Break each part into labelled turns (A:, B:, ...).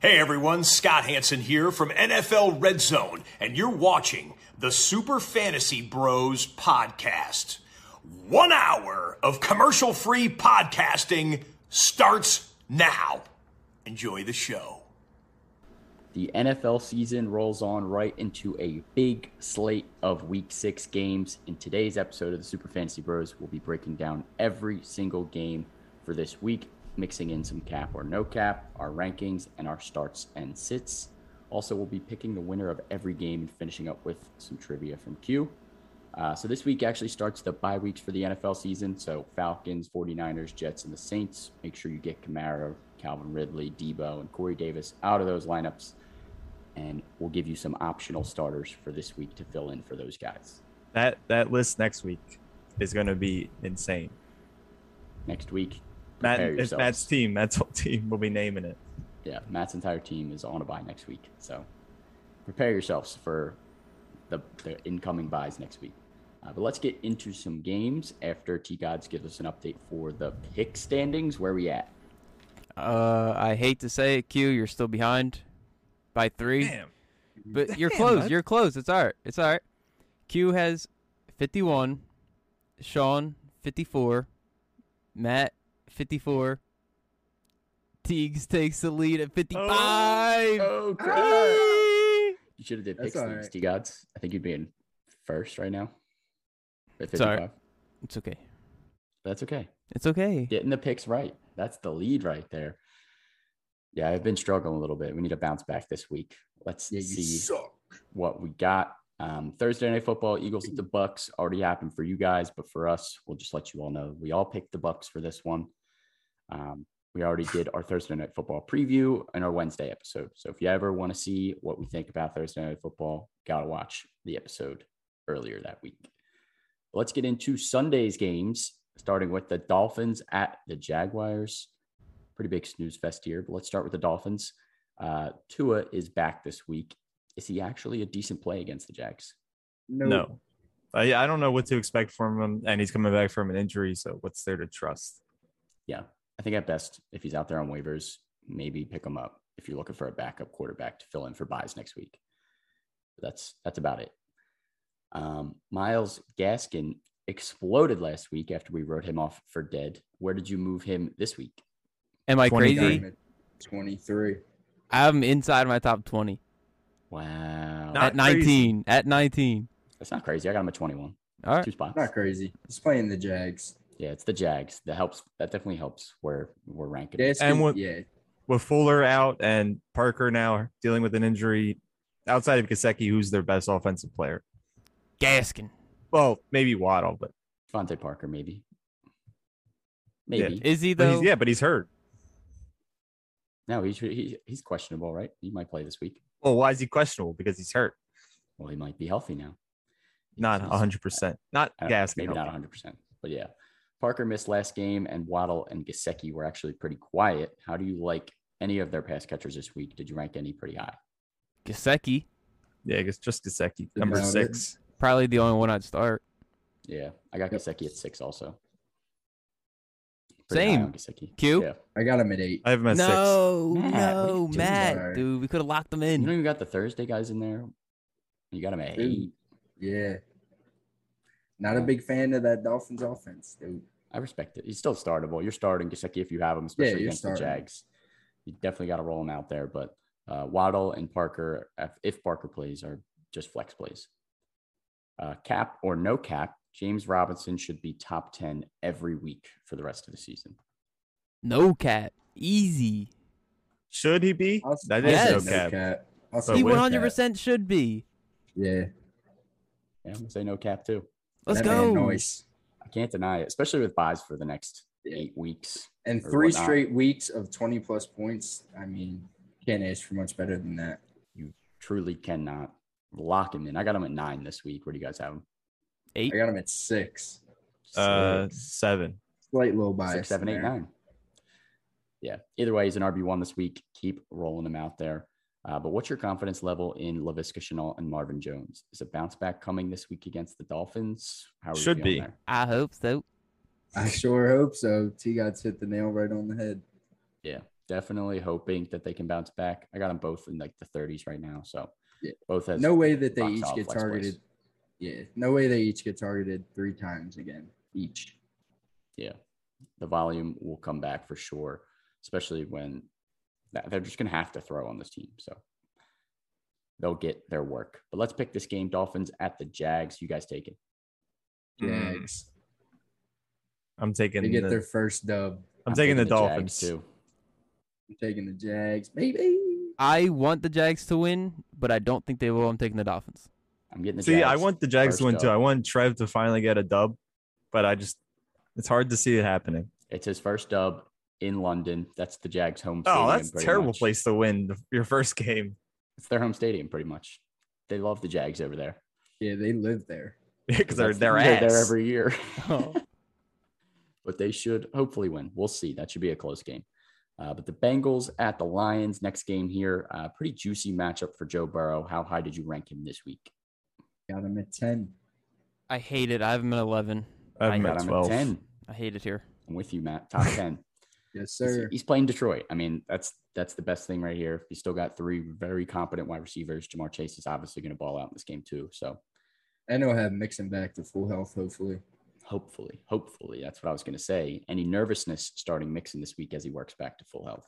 A: Hey everyone, Scott Hansen here from NFL Red Zone, and you're watching the Super Fantasy Bros podcast. One hour of commercial free podcasting starts now. Enjoy the show.
B: The NFL season rolls on right into a big slate of week six games. In today's episode of the Super Fantasy Bros, we'll be breaking down every single game for this week, mixing in some cap or no cap, our rankings, and our starts and sits. Also, we'll be picking the winner of every game and finishing up with some trivia from Q. Uh, so, this week actually starts the bye weeks for the NFL season. So, Falcons, 49ers, Jets, and the Saints. Make sure you get Kamara, Calvin Ridley, Debo, and Corey Davis out of those lineups. And we'll give you some optional starters for this week to fill in for those guys.
C: That that list next week is going to be insane.
B: Next week,
C: Matt,
B: prepare
C: it's
B: yourselves.
C: Matt's team. Matt's whole team will be naming it.
B: yeah, Matt's entire team is on a buy next week. So prepare yourselves for the, the incoming buys next week. Uh, but let's get into some games after T Gods gives us an update for the pick standings. Where we at?
D: Uh, I hate to say it, Q. You're still behind by three,
C: Damn.
D: but you're
C: damn,
D: close.
C: bud.
D: You're close. It's all right. It's all right. Q has 51, Sean 54, Matt 54. Teagues takes the lead at 55.
B: Oh,
D: Yee!
B: you should have did
E: That's
B: picks
E: all
B: T Gods. I think you'd be in first right now. At
D: It's all right.
B: 55.
D: It's okay.
B: That's okay.
D: It's okay.
B: Getting the picks right. That's the lead right there. Yeah, I've been struggling a little bit. We need to bounce back this week. Let's see.
E: suck.
B: what we got. Um, Thursday night football, Eagles at the Bucks already happened for you guys, but for us, we'll just let you all know we all picked the Bucks for this one. Um, we already did our Thursday night football preview and our Wednesday episode. So if you ever want to see what we think about Thursday night football, gotta watch the episode earlier that week. Let's get into Sunday's games, starting with the Dolphins at the Jaguars. Pretty big snooze fest here, but let's start with the Dolphins. Uh, Tua is back this week is he actually a decent play against the Jags?
E: No.
C: No. I, I don't know what to expect from him, and he's coming back from an injury. So what's there to trust?
B: Yeah, I think at best, if he's out there on waivers, maybe pick him up if you're looking for a backup quarterback to fill in for buys next week. That's that's about it. Um, Miles Gaskin exploded last week after we wrote him off for dead. Where did you move him this week?
D: Am I
C: 23.
D: crazy?
E: Twenty-three.
D: I'm inside my top 20
B: Wow,
C: Not
D: at 19. At 19.
B: that's not crazy. I got him at 21,
D: All right.
B: two spots.
E: Not crazy. He's playing the Jags.
B: Yeah, it's the Jags. That helps. That definitely helps. Where we're ranking.
E: Gaskin,
C: And what-
E: yeah,
C: With Fuller out and Parker now dealing with an injury, outside of Kaseki, who's their best offensive player?
D: Gaskin.
C: Well, maybe Waddle, but,
B: Fonte Parker, maybe.
C: Yeah.
B: Maybe.
D: Is he,
C: but
D: though?
C: he's, yeah, but he's hurt.
B: No, he's he, he's questionable, right? He might play this week.
C: Well, why is he questionable? Because he's hurt.
B: Well, he might be healthy now.
C: Not
B: He's-
C: 100. percent Not
B: I don't-
C: Gaskin.
B: Uh, Maybe not
C: okay.
B: 100, percent but yeah. Parker missed last game, and Waddle and Gasecki were actually pretty quiet. How do you like any of their pass catchers this week? Did you rank any pretty high?
D: Gasecki.
C: Yeah, it's just Kaseki, number
E: About it.
C: six.
D: Probably the only one I'd start.
B: Yeah, I got
E: Yep.
B: Gasecki at six also.
D: Same.
B: high on Gesicki.
D: Q?
B: Yeah.
E: I got him at eight.
C: I have him at six.
B: Matt,
D: No,
B: what are you
D: no,
B: doing?
D: Matt,
E: Sorry.
D: dude, we could have locked them
B: You don't
D: in.
B: even got the Thursday guys in there. You got him at
E: Dude.
B: eight.
E: Yeah. Not a big fan of that Dolphins offense, dude.
B: I respect it. He's still startable. You're starting Gasecki if you have him, especially
E: you're
B: against the
E: starting.
B: Jags. You definitely got to roll him out there. But uh, Waddle and Parker, if, if Parker plays, are just flex plays. Uh, cap or no cap, James Robinson should be top 10 every week for the rest of the season.
D: No cap, easy.
C: Should he be?
E: I'll-
C: That
E: I'll
C: is
D: Yes.
E: say
C: no
D: Yes.
C: cap.
E: I'll say
D: he
E: no cap.
D: 100 percent should be.
E: Yeah.
B: Yeah, I'm going to say no cap too.
D: Let's
E: That
D: go.
E: man Noise.
B: I can't deny it, especially with buys for the next
E: Yeah.
B: eight weeks.
E: And
B: Or
E: three
B: whatnot.
E: straight weeks of twenty plus points. I mean, can't ask for much better than that.
B: Truly cannot lock him in. I got him at nine this week. Where do you guys have him?
D: Eight.
E: I got him at six.
C: Uh,
B: Six.
C: seven.
E: Slight low bias.
B: six, seven, eight,
E: there.
B: nine. Yeah. Either way, he's an RB one this week. Keep rolling him out there. Uh, but what's your confidence level in Lavisca Chenault and Marvin Jones? Is a bounce back coming this week against the Dolphins? How are you
C: Should
B: feeling
C: be.
B: there?
D: I hope so.
E: I sure hope so. T God's hit the nail right on the head.
B: Yeah. definitely hoping that they can bounce back. I got them both in like the 30s right now, so
E: Yeah.
B: both has
E: No way that they
B: box
E: each
B: office
E: get
B: flex plays.
E: targeted. Yeah, no way they each get targeted three times again each.
B: yeah, the volume will come back for sure, especially when that- they're just going to have to throw on this team. So they'll get their work. But let's pick this game Dolphins at the Jags. You guys take it.
C: Mm,
E: Jags.
C: I'm taking
E: They get
C: the,
E: their first dub.
C: I'm, taking, the,
B: Jags,
C: Dolphins.
B: too.
E: I'm taking the Jags, maybe.
D: I want the Jags to win, but I don't think they will. I'm taking the Dolphins.
B: I'm getting the
C: See, I
B: Jags.
C: want the Jags
B: first
C: to win too.
B: dub.
C: I want Trev to finally get a dub, but I just it's hard to see it happening.
B: It's his first dub in London. That's the Jags' home.
C: Oh,
B: stadium,
C: that's a
B: pretty
C: terrible
B: much.
C: place to win the, your first game.
B: It's their home stadium, pretty much. They love the Jags over there
E: Yeah, they live there.
C: Because they're
B: That's-
C: they're
B: they're
C: ass.
B: there every year.
D: Oh.
B: but they should hopefully win. We'll see. That should be a close game. Uh, but the Bengals at the Lions next game here. Uh, pretty juicy matchup for Joe Burrow. How high did you rank him this week?
E: Got them at ten.
D: I hate it. I have them at 11.
C: I have
B: I
C: him at
B: got him
C: twelve.
B: at ten.
D: I hate it here.
B: I'm with you, Matt. Top ten.
E: Yes,
B: He's-
E: sir.
B: He's playing Detroit. I mean, that's that's the best thing right here. He's still got three very competent wide receivers. Jamar Chase is obviously going to ball out in this game too. So
E: And they'll have Mixon back to full health, hopefully.
B: hopefully, hopefully, that's what I was going to say. Any nervousness starting mixing this week as he works back to full health?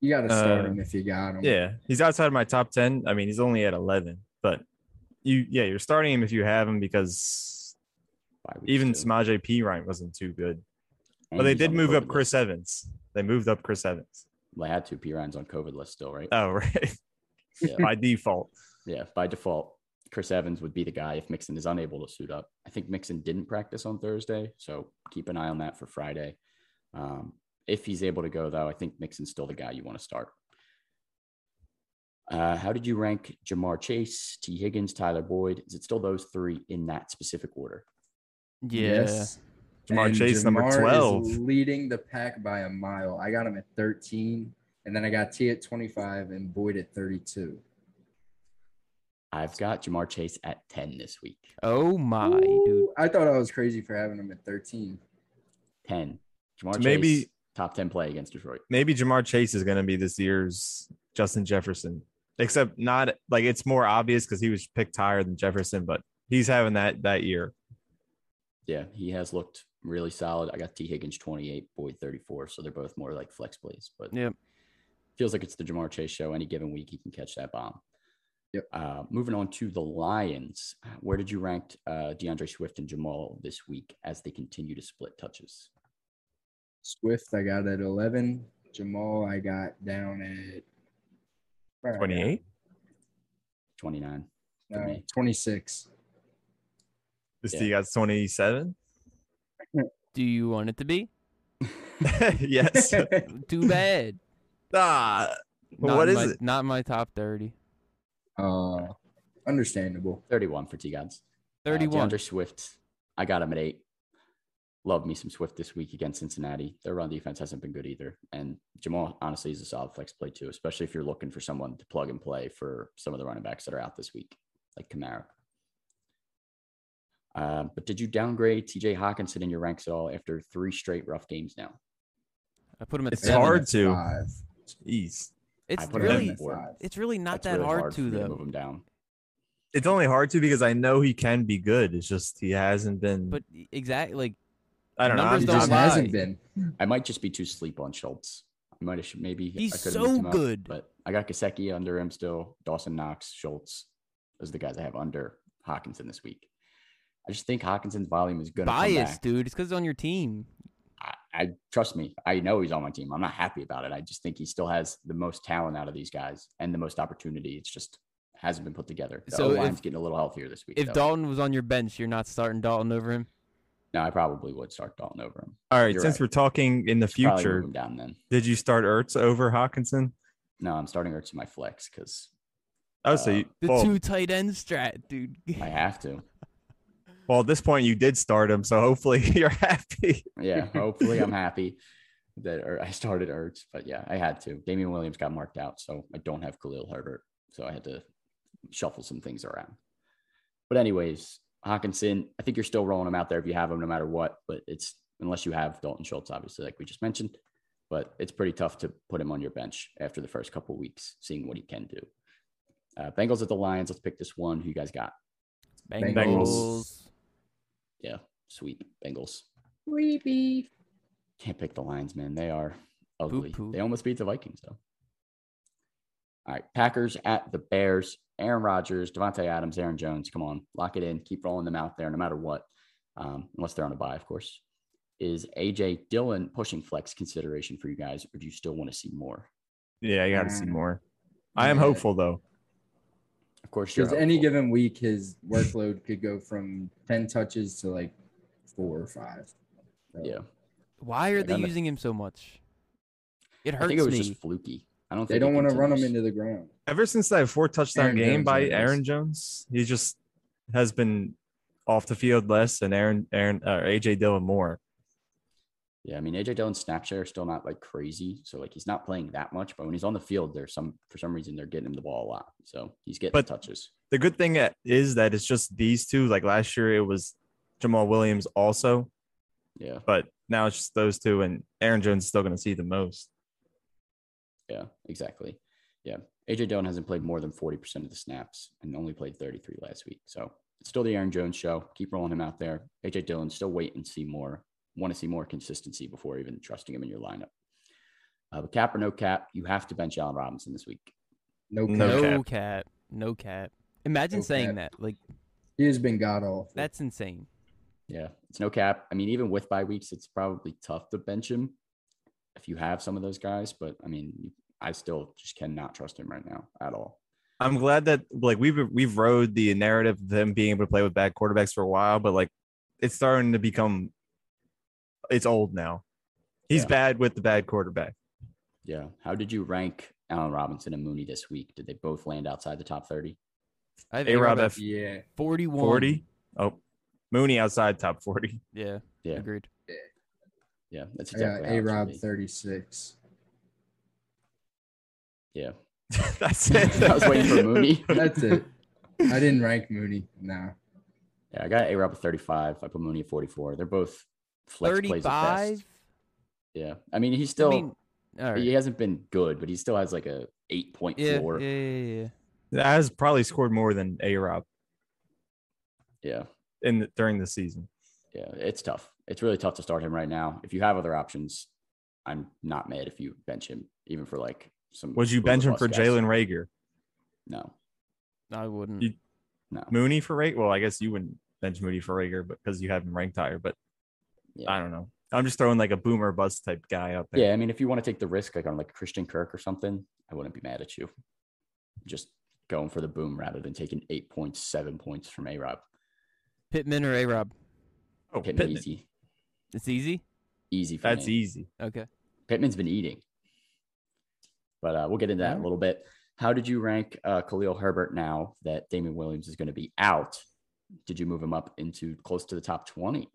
E: You got to start
C: Uh,
E: him if you got him.
C: Yeah, he's outside of my top ten. I mean, he's only at eleven, but you yeah, you're starting him if you have him because
B: Bye week
C: even
B: two.
C: Samaje P Ryan wasn't too good.
B: And
C: But they
B: he's
C: did
B: on the
C: move
B: COVID
C: up
B: list.
C: Chris Evans. They moved up Chris Evans.
B: Well, They had to. P Ryan's on COVID list still, right?
C: Oh right,
B: yeah.
C: by default.
B: yeah, by default, Chris Evans would be the guy if Mixon is unable to suit up. I think Mixon didn't practice on Thursday, so keep an eye on that for Friday. Um, if he's able to go, though, I think Mixon's still the guy you want to start. Uh, how did you rank Jamar Chase, T. Higgins, Tyler Boyd? Is it still those three in that specific order?
D: Yeah.
C: Jamar
E: And
C: Chase number
E: Jamar is
C: twelve.
E: leading the pack by a mile. I got him at 13, and then I got T at 25 and Boyd at 32.
B: I've got Jamar Chase at 10 this week.
D: Oh my, dude.
E: Ooh, I thought I was crazy for having him at 13.
B: 10. Jamar Chase,
C: Maybe-
B: top 10 play against Detroit.
C: maybe Jamar Chase is going to be this year's Justin Jefferson, except not like it's more obvious because he was picked higher than Jefferson, but he's having that that year.
B: Yeah, he has looked really solid. I got T. Higgins 28, Boyd 34. So they're both more like flex plays, but
D: Yep.
B: feels like it's the Jamar Chase show. Any given week, he can catch that bomb.
E: Yep.
B: Uh, moving on to the Lions. Where did you rank uh, DeAndre Swift and Jamal this week as they continue to split touches?
E: Swift, I got at 11. Jamal, I got down at where I got?
C: 28.
B: 29. for
E: No,
B: me.
E: 26.
C: This
B: Yeah.
C: yeah. got 27.
D: Do you want it to be?
C: yes.
D: Too bad.
C: ah,
D: Not
C: what is
D: in my,
C: it?
D: Not in my top 30.
E: uh, understandable.
B: 31 for T. Gods. Uh,
D: 31.
B: DeAndre Swift. I got him at eight. Love me some Swift this week against Cincinnati. Their run defense hasn't been good either. And Jamal honestly is a solid flex play too, especially if you're looking for someone to plug and play for some of the running backs that are out this week, like Kamara. Uh, but did you downgrade TJ Hawkinson in your ranks at all after three straight rough games now?
D: I put him at
C: It's
D: seven.
C: hard
E: at
C: to.
E: Five.
C: Jeez.
D: It's
B: I put him at
D: really
B: four.
E: Five.
D: it's really not
B: That's
D: that
B: really
D: hard,
B: for
D: to
B: me
D: though.
B: move him down.
C: It's only hard to because I know he can be good. It's just he hasn't been.
D: But exactly like
C: I don't know.
D: numbers
E: He
C: I'm,
D: don't
E: just
C: I'm,
D: lie.
E: hasn't been.
B: I might just be too sleep on Schultz. I might have maybe
D: He's
B: I could've
D: so
B: moved him up,
D: good.
B: but I got Gasecki under him still. Dawson Knox, Schultz, those are the guys I have under Hawkinson this week. I just think Hawkinson's volume is going to come
D: biased,
B: back.
D: dude. It's because it's on your team.
B: I, I trust me. I know he's on my team. I'm not happy about it. I just think he still has the most talent out of these guys and the most opportunity. It's just hasn't been put together. The
D: So
B: so line's
D: if-
B: getting a little healthier this week.
D: If
B: though.
D: Dalton was on your bench, you're not starting Dalton over him.
B: no, I probably would start Dalton over him.
C: all right.
B: You're
C: Since
B: right.
C: we're talking in the
B: Probably move
C: future,
B: him down then.
C: did you start Ertz over Hawkinson?
B: No, I'm starting Ertz in my flex because
C: Oh, so
B: Uh,
C: you,
D: The
C: well,
D: two tight end strat, dude.
B: I have to.
C: well, at this point, you did start him. So hopefully you're happy.
B: yeah, hopefully I'm happy that or I started Ertz, but yeah, I had to. Damian Williams got marked out, so I don't have Khalil Herbert, so I had to shuffle some things around. But anyways, Hawkinson, I think you're still rolling him out there if you have him, no matter what. But it's unless you have Dalton Schultz, obviously, like we just mentioned. but it's pretty tough to put him on your bench after the first couple weeks, seeing what he can do. Uh, Bengals at the Lions. Let's pick this one. Who you guys got?
D: Bengals.
C: Bengals.
B: Yeah, sweep Bengals.
E: Weepy.
B: Can't pick the Lions, man. They are ugly.
D: poo.
B: They almost beat the Vikings, though. All right, Packers at the Bears. Aaron Rodgers, Devontae Adams, Aaron Jones. Come on, lock it in. Keep rolling them out there, no matter what, um, unless they're on a bye, of course. Is AJ Dillon pushing flex consideration for you guys, or do you still want to see more?
C: Yeah, you got to see
E: Mm.
C: more. I am
E: Yeah.
C: hopeful though.
B: Of course, you're
E: Because any
B: hopeful.
E: given week, his workload could go from 10 touches to like four or five. So,
B: yeah.
D: Why are
B: Like,
D: they
B: I'm-
D: using him so much? It
B: I
D: hurts
B: think it was
D: me.
B: just fluky. I don't.
E: They
B: think
E: don't
B: it
E: want to run him
B: continues.
E: into the ground.
C: Ever since that four touchdown
E: Aaron
C: game
E: Jones
C: by
E: is.
C: Aaron Jones, he just has been off the field less, and Aaron Aaron or AJ Dillon more.
B: Yeah, I mean AJ Dillon's snap share is still not like crazy, so like he's not playing that much. But when he's on the field, there's some for some reason they're getting him the ball a lot, so he's getting
C: But-
B: touches.
C: the good thing at- is that it's just these two. Like last year, it was Jamal Williams also,
B: Yeah,
C: but now it's just those two, and Aaron Jones is still going to see the most.
B: yeah, exactly. Yeah, AJ Dillon hasn't played more than forty percent of the snaps and only played thirty three last week, so it's still the Aaron Jones show. Keep rolling him out there. AJ Dillon still wait and see more. Want to see more consistency before even trusting him in your lineup. Uh, but cap or no cap, you have to bench Allen Robinson this week.
E: No,
C: No.
E: cap.
D: no
C: cap.
D: cap. No cap. Imagine
E: No
D: saying
E: cap.
D: that. Like
E: He has been god awful.
D: that's insane.
B: Yeah, it's no cap. I mean, even with bye weeks, it's probably tough to bench him if you have some of those guys. But I mean, you- I still just cannot trust him right now at all.
C: I'm glad that like we've we've rode the narrative of them being able to play with bad quarterbacks for a while, but like it's starting to become it's old now. He's
B: Yeah.
C: bad with the bad quarterback.
B: Yeah. How did you rank Allen Robinson and Mooney this week? Did they both land outside the top 30?
D: I have
C: A-Rob
D: A-Rob
C: at
D: at
E: Yeah.
D: 41.
C: 40. Oh, Mooney outside top 40.
D: Yeah,
B: Yeah.
D: Agreed.
B: Yeah. That's
E: I got
B: exactly how it
E: A
B: should
E: Rob
B: be.
E: 36.
B: Yeah.
C: That's it.
B: I was waiting for Mooney.
E: That's it. I didn't rank Mooney. Nah.
B: Yeah. I got A Rob at 35. I put Mooney at 44. They're both flex plays at
D: 35.
B: best. Yeah. I mean, he's still,
D: I mean, all right.
B: he hasn't been good, but he still has like a eight point
D: Yeah, yeah,
B: floor.
D: yeah, yeah, yeah.
C: That has probably scored more than A Rob
B: yeah.
C: in the, during the season.
B: yeah, it's tough. It's really tough to start him right now. If you have other options, I'm not mad if you bench him, even for like some.
C: Would you
B: whoever
C: bench him
B: bust
C: for
B: guys.
C: Jalen Rager?
B: No,
D: I wouldn't.
C: You-
B: no.
C: Mooney for Rager? Well, I guess you wouldn't bench Mooney for Rager because you have him ranked higher, but I
B: Yeah.
C: don't know. I'm just throwing like a boomer bust type guy out there.
B: yeah, I mean, if you want to take the risk, like on like Christian Kirk or something, I wouldn't be mad at you. Just going for the boom rather than taking eight points, seven points from A Rob.
D: Pittman or A-Rob?
C: Oh,
B: Pittman,
C: Pittman.
B: easy,
D: It's easy.
B: easy. For
C: That's
B: me.
C: easy.
D: Okay.
B: Pittman's been eating. But uh, we'll get into that in a
E: Alright.
B: little bit. How did you rank uh, Khalil Herbert now that Damian Williams is going to be out? Did you move him up into close to the top 20?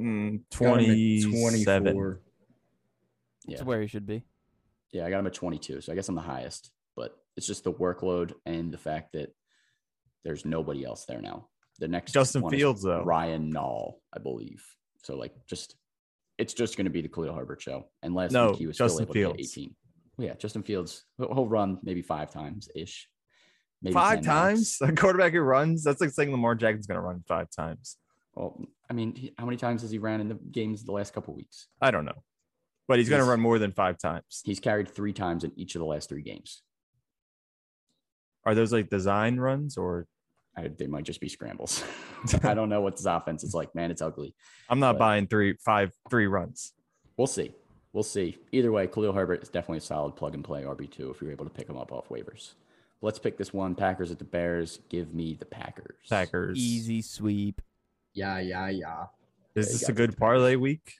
C: Mm,
E: Got him at
C: 27.
B: Yeah.
D: It's where he should be.
B: Yeah, I got him at 22. So I guess I'm the highest, but it's just the workload and the fact that there's nobody else there now. The next
C: Justin
B: one is
C: Fields, though.
B: Ryan Nall, I believe. So, like, just it's just going to be the Khalil Herbert show. And last
C: No,
B: week he was
C: Justin
B: still able to get
C: Fields.
B: 18. Well, yeah, Justin Fields, he'll, he'll run maybe five times ish. Maybe
C: Five
B: 10
C: times? A quarterback who runs? That's like saying Lamar Jackson's going to run five times.
B: Well, I mean, he- how many times has he ran in the games the last couple weeks?
C: I don't know. But he's going to
B: He's-
C: run more than five times.
B: He's carried three times in each of the last three games.
C: Are those like design runs or
B: I, they might just be scrambles. I don't know what this offense is like, man. It's ugly.
C: I'm not
B: But-
C: buying three, five, three runs.
B: We'll see. We'll see. Either way, Khalil Herbert is definitely a solid plug and play RB2 if you're able to pick him up off waivers. Let's pick this one Packers at the Bears. Give me the Packers.
C: Packers.
D: Easy sweep.
E: Yeah, yeah, yeah.
B: Yeah,
C: Is
B: you
C: this
B: gotta
C: a good parlay week?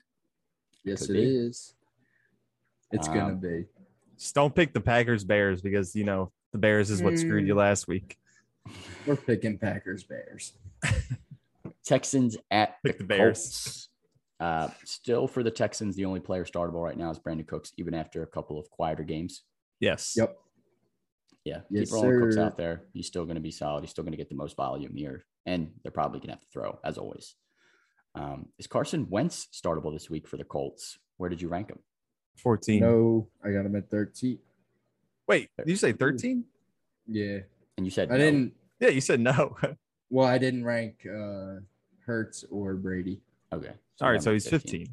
E: Yes,
B: Could
E: it
B: be.
E: is. It's gonna
B: Um,
E: be.
C: Just don't pick the Packers Bears because you know the Bears is what screwed you last week.
E: We're picking Packers Bears.
B: Texans at
C: Pick
B: the,
C: the Bears.
B: Colts. Uh, still for the Texans, the only player startable right now is Brandon Cooks, even after a couple of quieter games.
C: Yes.
E: Yep.
B: Yeah,
E: Yes,
B: keep rolling Cooks
E: sir.
B: out there. He's still going to be solid. He's still going to get the most volume here, and they're probably going to have to throw as always. Um, is Carson Wentz startable this week for the Colts? Where did you rank him?
C: 14.
E: No, I got him at 13.
C: Wait, did you say 13?
E: Yeah.
B: And you said
E: I
B: no.
E: didn't
C: Yeah, you said no.
E: well, I didn't rank uh Hertz or Brady.
B: Okay.
C: All
B: now
C: right, so
B: I'm at
C: he's 15,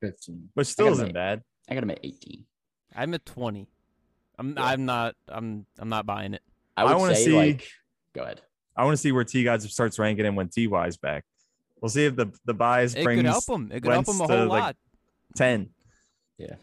E: Fifteen.
C: but still
B: him
C: isn't
B: at-
C: bad.
B: I got him at 18.
D: I'm at 20. I'm I'm not I'm I'm not buying it.
B: I
C: I
B: would
C: want to
B: say
C: see.
B: like go ahead.
C: I want to see where T Gods starts ranking him when T Y's back. We'll see if the the buys
D: It
C: brings
D: could help him. It could help
C: Wentz
D: him a
C: to,
D: whole
C: like,
D: lot.
C: ten.
B: Yeah.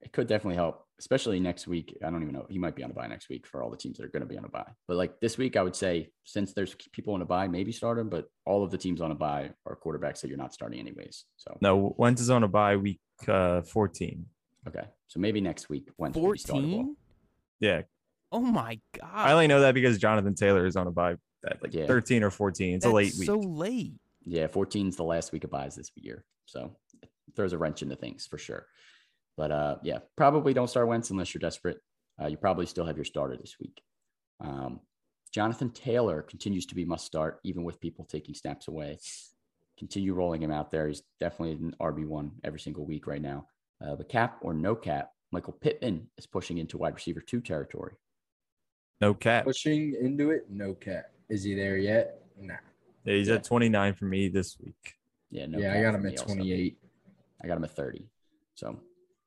B: It could definitely help, especially next week. I don't even know. He might be on a buy next week for all the teams that are going to be on a buy. But like this week, I would say since there's people on a buy, maybe start him. But all of the teams on a buy are quarterbacks that you're not starting anyways. So
C: No, Wentz is on a bye week uh, 14.
B: okay, so maybe next week Wentz will be startable.
D: 14?
C: Yeah,
D: Oh my god.
C: I only know that because Jonathan Taylor is on a bye at like
B: Yeah.
C: 13 or 14. It's
D: That's
C: a late week.
D: so late.
B: Yeah, 14 is the last week of buys this year, so it throws a wrench into things for sure. But uh, yeah, probably don't start Wentz unless you're desperate. Uh, you probably still have your starter this week. Um, Jonathan Taylor continues to be must start, even with people taking snaps away. Continue rolling him out there. He's definitely an RB1 every single week right now. Uh, the cap or no cap, Michael Pittman is pushing into wide receiver two territory.
C: no cap.
E: Pushing into it, no cap. Is he there yet? Nah.
C: Yeah, he's
B: Yeah.
C: at 29 for me this week.
B: Yeah, no
E: yeah,
B: cap
E: I got
B: for
E: him
B: me
E: at
B: also.
E: 28.
B: I got him at 30. So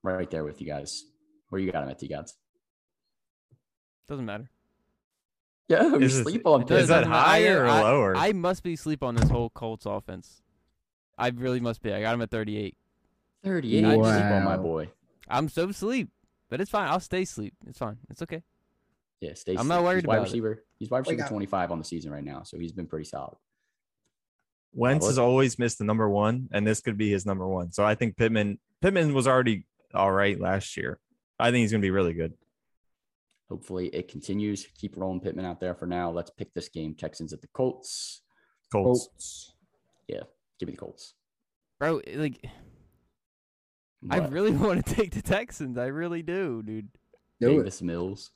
B: right there with you guys. Where you got him at, T Gods?
D: Doesn't matter.
B: Yeah, you
C: Is it-
B: sleep on
D: It does
C: Is that
B: Pittman.
D: doesn't matter. I-
C: higher or
D: I-
C: lower?
D: I must be sleep on this whole Colts offense. I really must be. I got him at 38.
B: 38. I sleep on my
E: Wow.
B: boy.
D: I'm so sleep, but it's fine. I'll stay sleep. It's fine. It's okay.
B: Yeah, stay
D: I'm not
B: safe.
D: worried
B: he's wide
D: about it.
B: receiver. He's wide receiver
E: out.
B: 25 on the season right now, so he's been pretty solid.
C: Wentz
B: what-
C: has always missed the number one, and this could be his number one. So I think Pittman Pittman was already all right last year. I think he's going to be really good.
B: Hopefully it continues. Keep rolling Pittman out there for now. Let's pick this game. Texans at the Colts.
C: Colts.
E: Colts.
B: Give me the Colts.
D: Bro, like I
B: But
D: really want to take the Texans. I really do, dude.
E: Do it.
B: Davis Mills.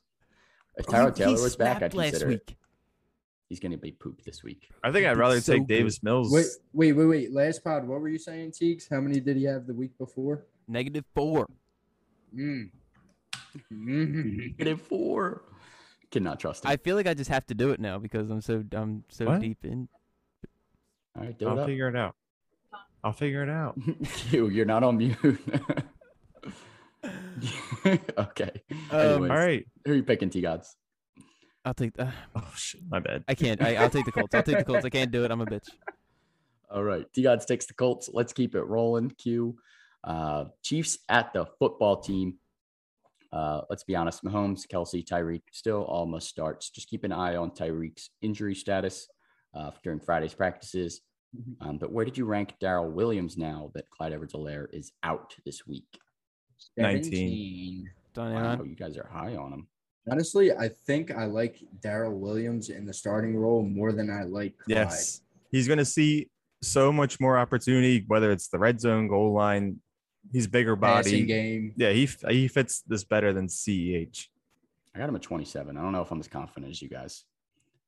B: If Tyrod Taylor was back, I'd consider it.
D: week.
B: He's going to be pooped this week.
C: I think I'd
D: He's
C: rather
D: so
C: take
D: good.
C: Davis Mills.
E: Wait, wait, wait, wait. Last pod, what were you saying, Teagues? How many did he have the week before?
D: Negative four.
E: Mm. Mhm.
B: Negative four. Cannot trust him.
D: I feel like I just have to do it now because I'm so I'm so
C: What?
D: deep in.
B: All right, do it
C: I'll
B: up.
C: figure it out. I'll figure it out.
B: you, you're not on mute. okay.
D: Um,
B: Anyways,
C: All right.
B: Who are you picking, T Gods?
D: I'll take. Uh,
C: Oh shit, my bad.
D: I can't. I, I'll take the Colts. I'll take the Colts. I can't do it. I'm a bitch.
B: All right. T Gods takes the Colts. Let's keep it rolling. Q. Uh, Chiefs at the football team. Uh, let's be honest. Mahomes, Kelsey, Tyreek still all must starts. Just keep an eye on Tyreek's injury status uh, during Friday's practices. Um, but where did you rank Daryl Williams now that Clyde Edwards Alaire is out this week?
C: 19.
E: 17.
D: Don
B: Wow,
D: Aaron.
B: you guys are high on him.
E: Honestly, I think I like Daryl Williams in the starting role more than I like Clyde.
C: Yes. He's going to see so much more opportunity, whether it's the red zone, goal line. He's bigger
E: Passing
C: body.
E: game.
C: Yeah, he f- he fits this better than CEH.
B: I got him at 27. I don't know if I'm as confident as you guys,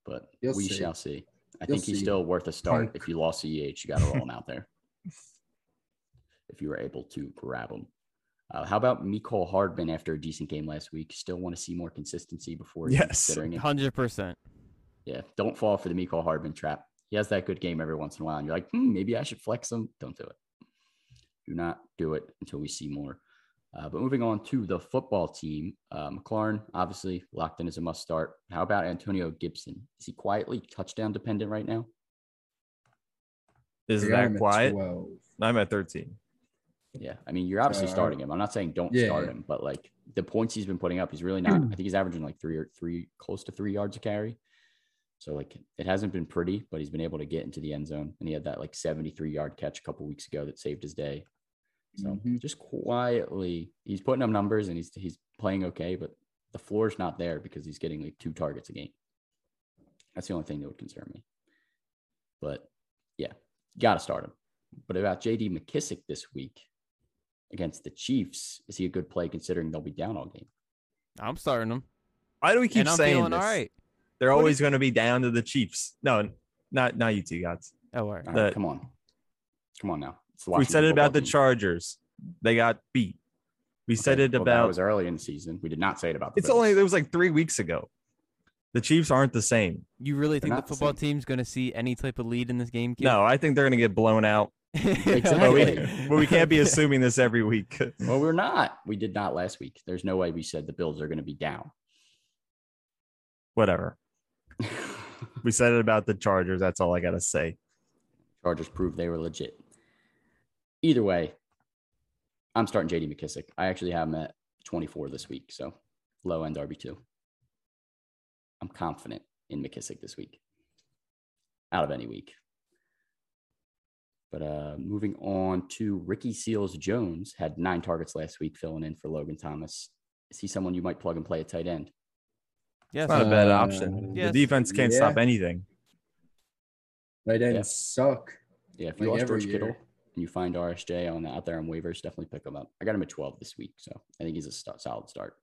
B: but
E: You'll
B: we
E: see.
B: shall see. I
E: You'll
B: think he's
E: see.
B: still worth a start.
E: Punk.
B: If you lost CEH, you got to roll him out there. If you were able to grab him. Uh, how about Nicole Hardman after a decent game last week? Still want to see more consistency before even
C: Yes.
B: considering it.
D: Hundred percent.
B: Yeah, don't fall for the Miko Hardman trap. He has that good game every once in a while, and you're like, hmm, maybe I should flex him. Don't do it. Do not do it until we see more. Uh, but moving on to the football team, uh, McLaren obviously locked in as a must start. How about Antonio Gibson? Is he quietly touchdown dependent right now?
C: Is
E: I got
C: that
E: him at
C: quiet?
E: 12.
C: I'm at 13.
B: Yeah, I mean you're obviously
E: Uh,
B: starting him. I'm not saying don't
E: yeah,
B: start
E: yeah. Hmm.
B: him, but like the points he's been putting up, he's really not. I think he's averaging like three or three, close to three yards a carry. So like it hasn't been pretty, but he's been able to get into the end zone, and he had that like 73 yard catch a couple weeks ago that saved his day.
C: Mm-hmm.
B: So
E: Mhm.
B: just quietly, he's putting up numbers and he's he's playing okay, but the floor's not there because he's getting like two targets a game. That's the only thing that would concern me. But yeah, got to start him. But about J.D. McKissick this week against the Chiefs, is he a good play considering they'll be down all game?
D: I'm starting them,
C: Why do we keep
D: and I'm
C: saying
D: feeling
C: this?
D: all right.
C: They're
D: What do
C: always going to be down to the Chiefs. No, not not you two guys.
D: Oh, all right.
B: All right,
C: That-
B: come on, come on now. It's the
C: We
B: Washington
C: said it about
B: football
C: the
B: team.
C: Chargers. They got beat. We said it
B: Well, that
C: about
B: was early in the season. We did not say it about. The
C: it's only
B: Bills.
C: it was like three weeks ago. The Chiefs aren't the same.
D: You really think the
B: not the
D: football
B: same.
D: team's going to see any type of lead in this game? Q?
C: No, I think they're gonna get blown out. But we,
B: Exactly.
C: but we can't be assuming this every week.
B: Well, we're not. We did not last week. There's no way we said the Bills are going to be down.
C: Whatever. We said it about the Chargers. That's all I gotta say.
B: Chargers proved they were legit. Either way, I'm starting JD McKissick. I actually have him at 24 this week, so low end RB2. I'm confident in McKissick this week, out of any week. But uh, moving on to Ricky Seals Jones, had nine targets last week, filling in for Logan Thomas. Is he someone you might plug and play at tight end?
D: Yes.
C: It's not a bad option.
E: Uh,
D: yes.
C: The defense can't stop
E: Yeah.
C: anything.
E: They didn't
B: Yeah.
E: suck.
B: Yeah, if you
E: Like
B: lost
E: every
B: George Kittle
E: year.
B: and you find RSJ on out there on waivers, definitely pick him up. I got him at 12 this week, so I think he's a st- solid start.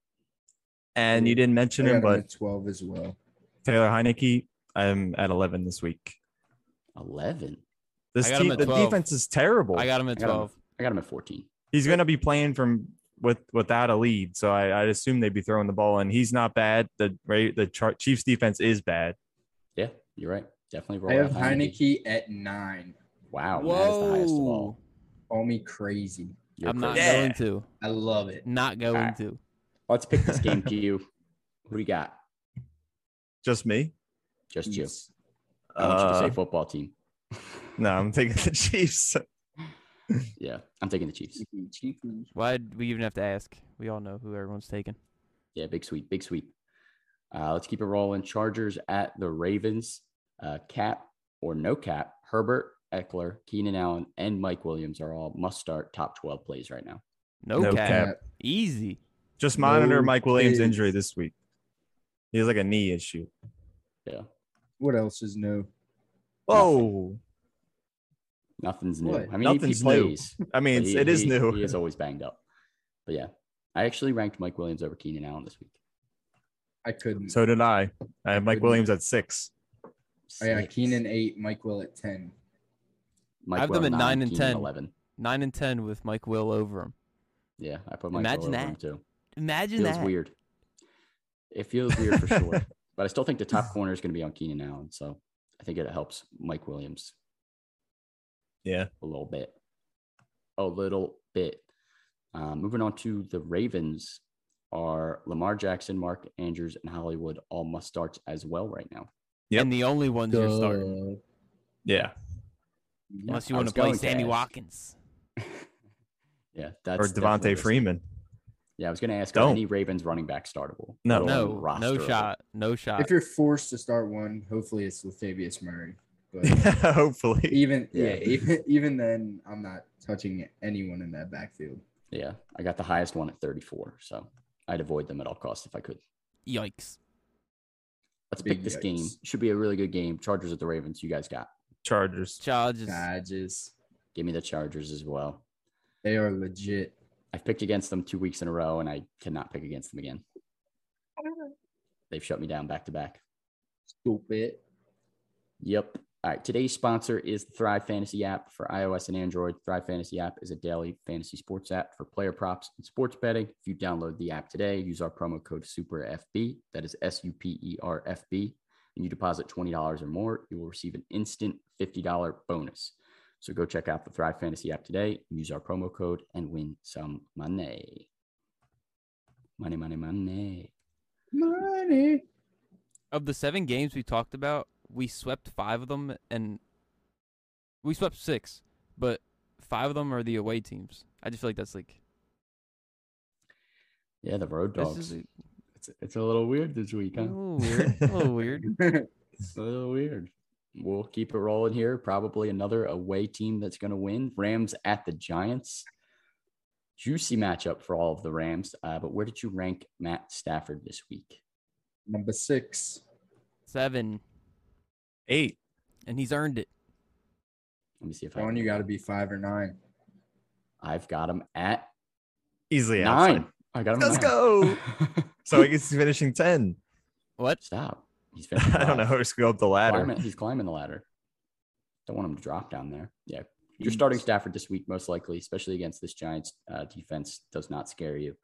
C: And you didn't mention
E: I
C: him,
E: got him
C: but
E: at 12 as well.
C: Taylor Heineke, I'm at 11 this week.
B: 11.
C: This
D: I got him
C: team,
D: at
C: the
D: 12.
C: defense is terrible.
D: I got him at
B: I got him.
D: 12.
B: I got him at 14.
C: he's going to be playing from with without a lead, so I, I'd assume they'd be throwing the ball. And he's not bad. The Ra- the Char- Chiefs defense is bad.
B: Yeah, you're right. Definitely roll
E: I have
B: out Heineke.
E: Heineke at nine.
B: Wow, that is the highest of all.
E: Call me crazy.
B: You're
D: I'm not
B: crazy.
D: going to.
E: I love
C: Mm,
E: it.
D: Not going
B: Alright.
D: to.
B: Let's pick this game, Q. Who do you got?
C: Just me.
B: Just you.
E: Chiefs.
B: I want you to
C: Uh,
B: say football team.
C: no, I'm taking the Chiefs.
B: Yeah, I'm taking the Chiefs.
D: Why would we even have to ask? We all know who everyone's taking.
B: Yeah, big sweep, big sweep. Uh, let's keep it rolling. Chargers at the Ravens. Uh, cap or no cap? Herbert, Eckler, Keenan Allen, and Mike Williams are all must start top 12 plays right now.
D: No,
C: No
D: cap.
C: cap.
D: Easy.
C: Just monitor
E: No
C: Mike Williams'
E: kids.
C: injury this week. He has like a knee issue.
B: Yeah,
E: What else is new?
C: Oh,
B: nothing's new.
E: What?
B: I mean,
C: Nothing's
B: he
C: new.
B: plays.
C: I mean,
B: but
C: it's
B: he-
C: it is
B: he-
C: new.
B: He is always banged up. But yeah, I actually ranked Mike Williams over Keenan Allen this week.
E: I couldn't.
C: So did I. I have Mike
E: Goodness.
C: Williams at six.
D: Oh,
E: I got
B: Six.
E: Oh, Keenan eight, Mike Will at ten.
B: Mike
D: I have them
B: Will
D: at nine and
B: Keenan
D: 10.
B: 11.
D: 9 and 10 with Mike Will over him.
B: Yeah, I put Mike
D: Imagine
B: Will over him
D: that.
B: too.
D: Imagine
B: feels
D: that.
B: weird. It feels weird for sure. But I still think the top corner is going to be on Keenan Allen. So I think it helps Mike Williams
C: Yeah.
B: a little bit. A little bit. Uh, moving on to the Ravens are Lamar Jackson, Mark Andrews, and Hollywood all must starts as well right now.
C: Yep.
D: And the only ones you're starting.
C: Yeah.
D: Unless you
B: I
D: want
B: was
D: to play
B: going to
D: Sammy
B: ask.
D: Watkins.
B: Yeah, that's
C: or
B: definitely
C: Devontae
B: risky.
C: Freeman.
B: Yeah, I was going to ask are
C: Don't.
B: any Ravens running back startable.
C: No.
B: Let alone
D: No, no
B: rosterable?
D: shot. No shot.
E: If you're forced to start one, hopefully it's Latavius Murray. But
C: Hopefully.
E: even yeah.
B: Yeah.
E: even even then, I'm not touching anyone in that backfield.
B: Yeah, I got the highest one at 34. So I'd avoid them at all costs if I could.
D: Yikes.
B: Let's
E: Big
B: pick this game.
E: yikes.
B: Should be a really good game. Chargers at the Ravens. You guys got.
C: Chargers.
D: Charges.
E: Badges,
B: Give me the Chargers as well.
E: they are legit.
B: I've picked against them two weeks in a row, and I cannot pick against them again. They've shut me down back to back.
E: Stupid.
B: Yep. All right. Today's sponsor is the Thrive Fantasy app for iOS and Android. Thrive Fantasy app is a daily fantasy sports app for player props and sports betting. If you download the app today, use our promo code SUPERFB. That is S U P E R F B. And you deposit $20 or more, you will receive an instant $50 bonus. So go check out the Thrive Fantasy app today. Use our promo code and win some money. Money, money, money.
E: Money.
D: Of the seven games we talked about, we swept five of them and we swept six, but five of them are the away teams. I just feel like that's like
B: Yeah, the road
D: this
B: dogs.
D: is a-
B: it's, it's a little weird this week,
D: a
B: huh?
D: little weird. A little weird.
B: It's a little weird. We'll keep it rolling here. Probably another away team that's going to win. Rams at the Giants. Juicy matchup for all of the Rams. Uh, but where did you rank Matt Stafford this week?
E: Number six.
D: Seven.
C: Eight.
D: And he's earned it.
B: Let me see if I.
E: That one you got to be five or nine.
B: I've got him at
C: Easily outside.
B: nine. I got him.
C: Let's
B: at
C: go.
B: nine.
C: So I guess he's finishing 10.
D: What?
B: Stop. He's finishing.
C: I don't know.
B: five.
C: Just go up the ladder.
B: Climbing- he's climbing the ladder. Don't want him to drop down there. Yeah, You're starting Stafford this week, most likely, especially against this Giants uh, defense. Does not scare you.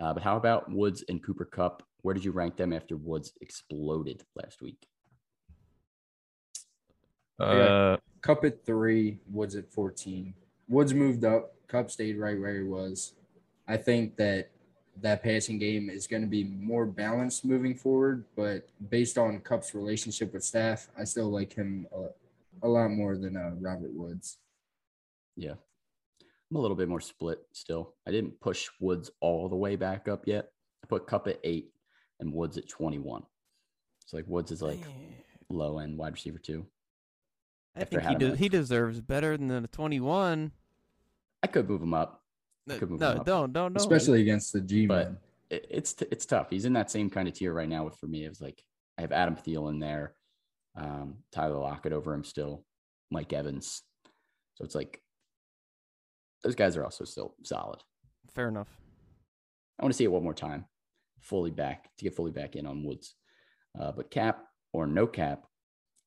B: Uh, but how about Woods and Cooper Cup? Where did you rank them after Woods exploded last week?
C: Uh,
E: Cup at three, Woods at 14. Woods moved up. Cup stayed right where he was. I think that that passing game is going to be more balanced moving forward, but based on Cup's relationship with staff, I still like him a, a lot more than uh, Robert Woods.
B: Yeah. I'm a little bit more split still. I didn't push Woods all the way back up yet. I put Cup at eight and Woods at 21. So like Woods is like low end wide receiver two.
D: I
B: after
D: think he,
B: Hadamet.
D: de- he deserves better than the 21.
B: I could move him up.
D: No,
B: Could move him
D: no,
B: up.
D: don't, don't, don't.
E: Especially against the G man.
B: it, it's t- it's tough. He's in that same kind of tier right now. With for me, it was like I have Adam Thielen in there, um, Tyler Lockett over him still, Mike Evans. So it's like those guys are also still solid.
D: Fair enough.
B: I want to see it one more time, fully back to get fully back in on Woods. Uh, but cap or no cap,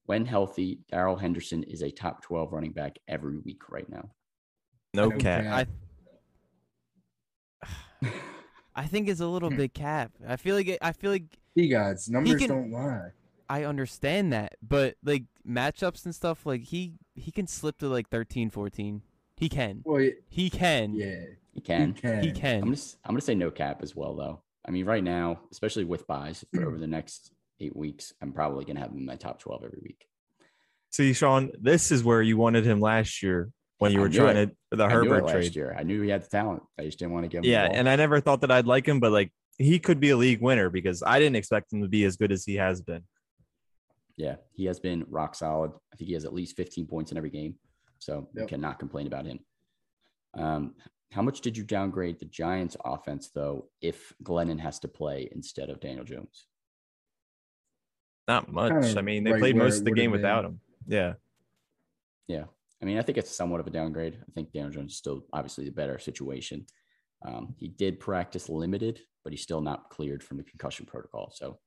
B: when healthy, Daryl Henderson is a top twelve running back every week right now.
C: no
E: No
C: cap.
E: cap.
D: I I think it's a little
B: Hmm.
D: bit cap. I feel like it, I feel like
E: He gods, numbers
D: can-
E: don't lie.
D: I understand that, but like matchups and stuff, like he he can slip to like 13, 14. He can.
E: Well, y-
D: He can.
E: yeah,
B: He
E: he
B: can.
E: can.
D: He
B: I'm gonna
D: can.
B: s- I'm gonna say no cap as well though. I mean, right now, especially with buys for over the next eight weeks, I'm probably gonna have him in my top twelve every week.
C: See, Sean, this is where you wanted him last year when you
B: I
C: were
B: knew
C: trying
B: it.
C: to the
B: I knew it
C: Herbert
B: last
C: trade.
B: year. I knew he had the talent. I just didn't want to give him.
C: Yeah, and I never thought that I'd like him, but like he could be a league winner because I didn't expect him to be as good as he has been.
B: yeah, he has been rock solid. I think he has at least 15 points in every game, so you
E: Yep.
B: cannot complain about him. Um, how much did you downgrade the Giants' offense though? If Glennon has to play instead of Daniel Jones,
C: Not much.
E: Kinda
C: I mean, they
E: right
C: played
E: where
C: most
E: it
C: of the
E: would've
C: game
E: been.
C: without him. Yeah.
B: Yeah. I mean, I think it's somewhat of a downgrade. I think Daniel Jones is still obviously the better situation. Um, he did practice limited, but he's still not cleared from the concussion protocol. So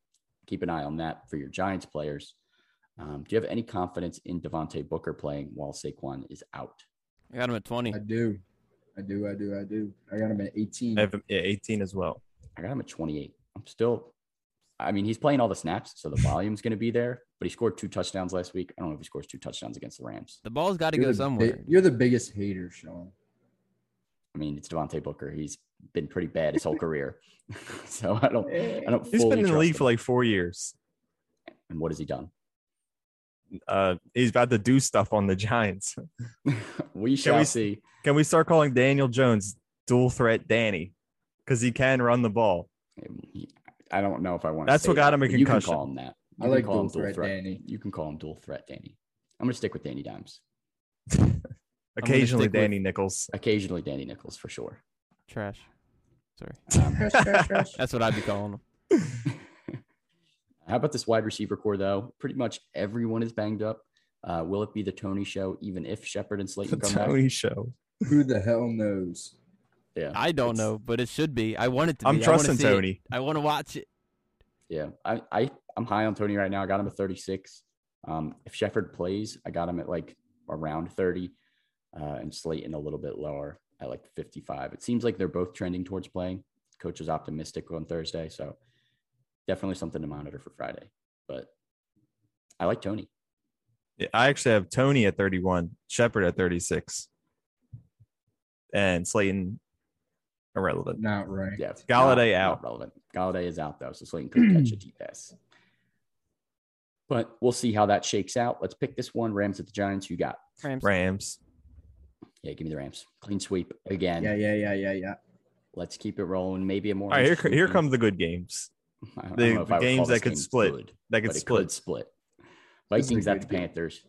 B: keep an eye on that for your Giants players. Um, do you have any confidence in Devontae Booker playing while Saquon is out?
D: I got him at 20.
E: I do. I do. I do. I do. I got him at 18.
C: I have him- yeah, 18 as well.
B: I got him at 28. I'm still, I mean, he's playing all the snaps, so the volume's going to be there, but he scored two touchdowns last week. I don't know if he scores two touchdowns against the Rams.
D: The ball's got to
E: You're
D: go
E: the
D: somewhere.
E: bi- you're the biggest hater, Sean.
B: I mean, it's Devontae Booker. He's been pretty bad his whole career. so I don't, I don't,
C: He's
B: fully
C: been in the
B: trust
C: league
B: him.
C: for like four years.
B: and what has he done?
C: Uh, he's about to do stuff on the Giants.
B: we shall
C: we s-
B: see.
C: Can we start calling Daniel Jones dual threat Danny? Because he can run the ball.
B: I don't know if I want.
C: That's what got him a
B: You can
C: concussion.
B: call him that. You
E: I
B: can
E: like
B: call him
E: dual threat Danny.
B: You can call him dual threat Danny. I'm gonna stick with Danny Dimes.
C: Occasionally,
D: stick with-
C: Danny Nichols.
B: Occasionally, Danny Nichols for sure.
D: Trash. Sorry.
B: Um,
D: That's what I'd be calling him.
B: how about this wide receiver core though? Pretty much everyone is banged up. Uh, will it be the Tony show? Even if Shepard and Slayton come back,
C: Tony show.
E: Who the hell knows?
B: yeah,
D: I don't
B: it's-
D: know, but it should be. I want it to be.
C: I'm
D: I wanna
C: trusting
D: see it.
C: Tony.
D: I want to watch it.
B: Yeah, I, I I'm high on Tony right now. I got him at 36. Um, if Shepard plays, I got him at like around 30, uh, and Slayton a little bit lower at like 55. It seems like they're both trending towards playing. Coach is optimistic on Thursday, so definitely something to monitor for Friday. But I like Tony.
C: Yeah, I actually have Tony at 31, Shepard at 36, and Slayton irrelevant.
E: Not right.
B: Yeah, not-
C: Galladay
B: not
C: out.
B: relevant. Galladay is out though, so Slayton could catch a deep pass. But we'll see how that shakes out. Let's pick this one. Rams at the Giants. Who You got.
D: Rams.
C: Rams.
B: Yeah, give me the Rams. Clean sweep again.
E: Yeah, yeah, yeah, yeah, yeah.
B: Let's keep it rolling. Maybe a more.
C: All right, here,
B: interesting
C: here
B: game.
C: come the good games
B: I don't
C: the-
B: know if
C: the
B: I would
C: games
B: call
C: that
B: this
C: could
B: game
C: split.
B: good,
C: that
B: but
C: could
B: it could
C: split.
B: split.
E: This is a
B: Vikings at the
E: good game.
B: Panthers.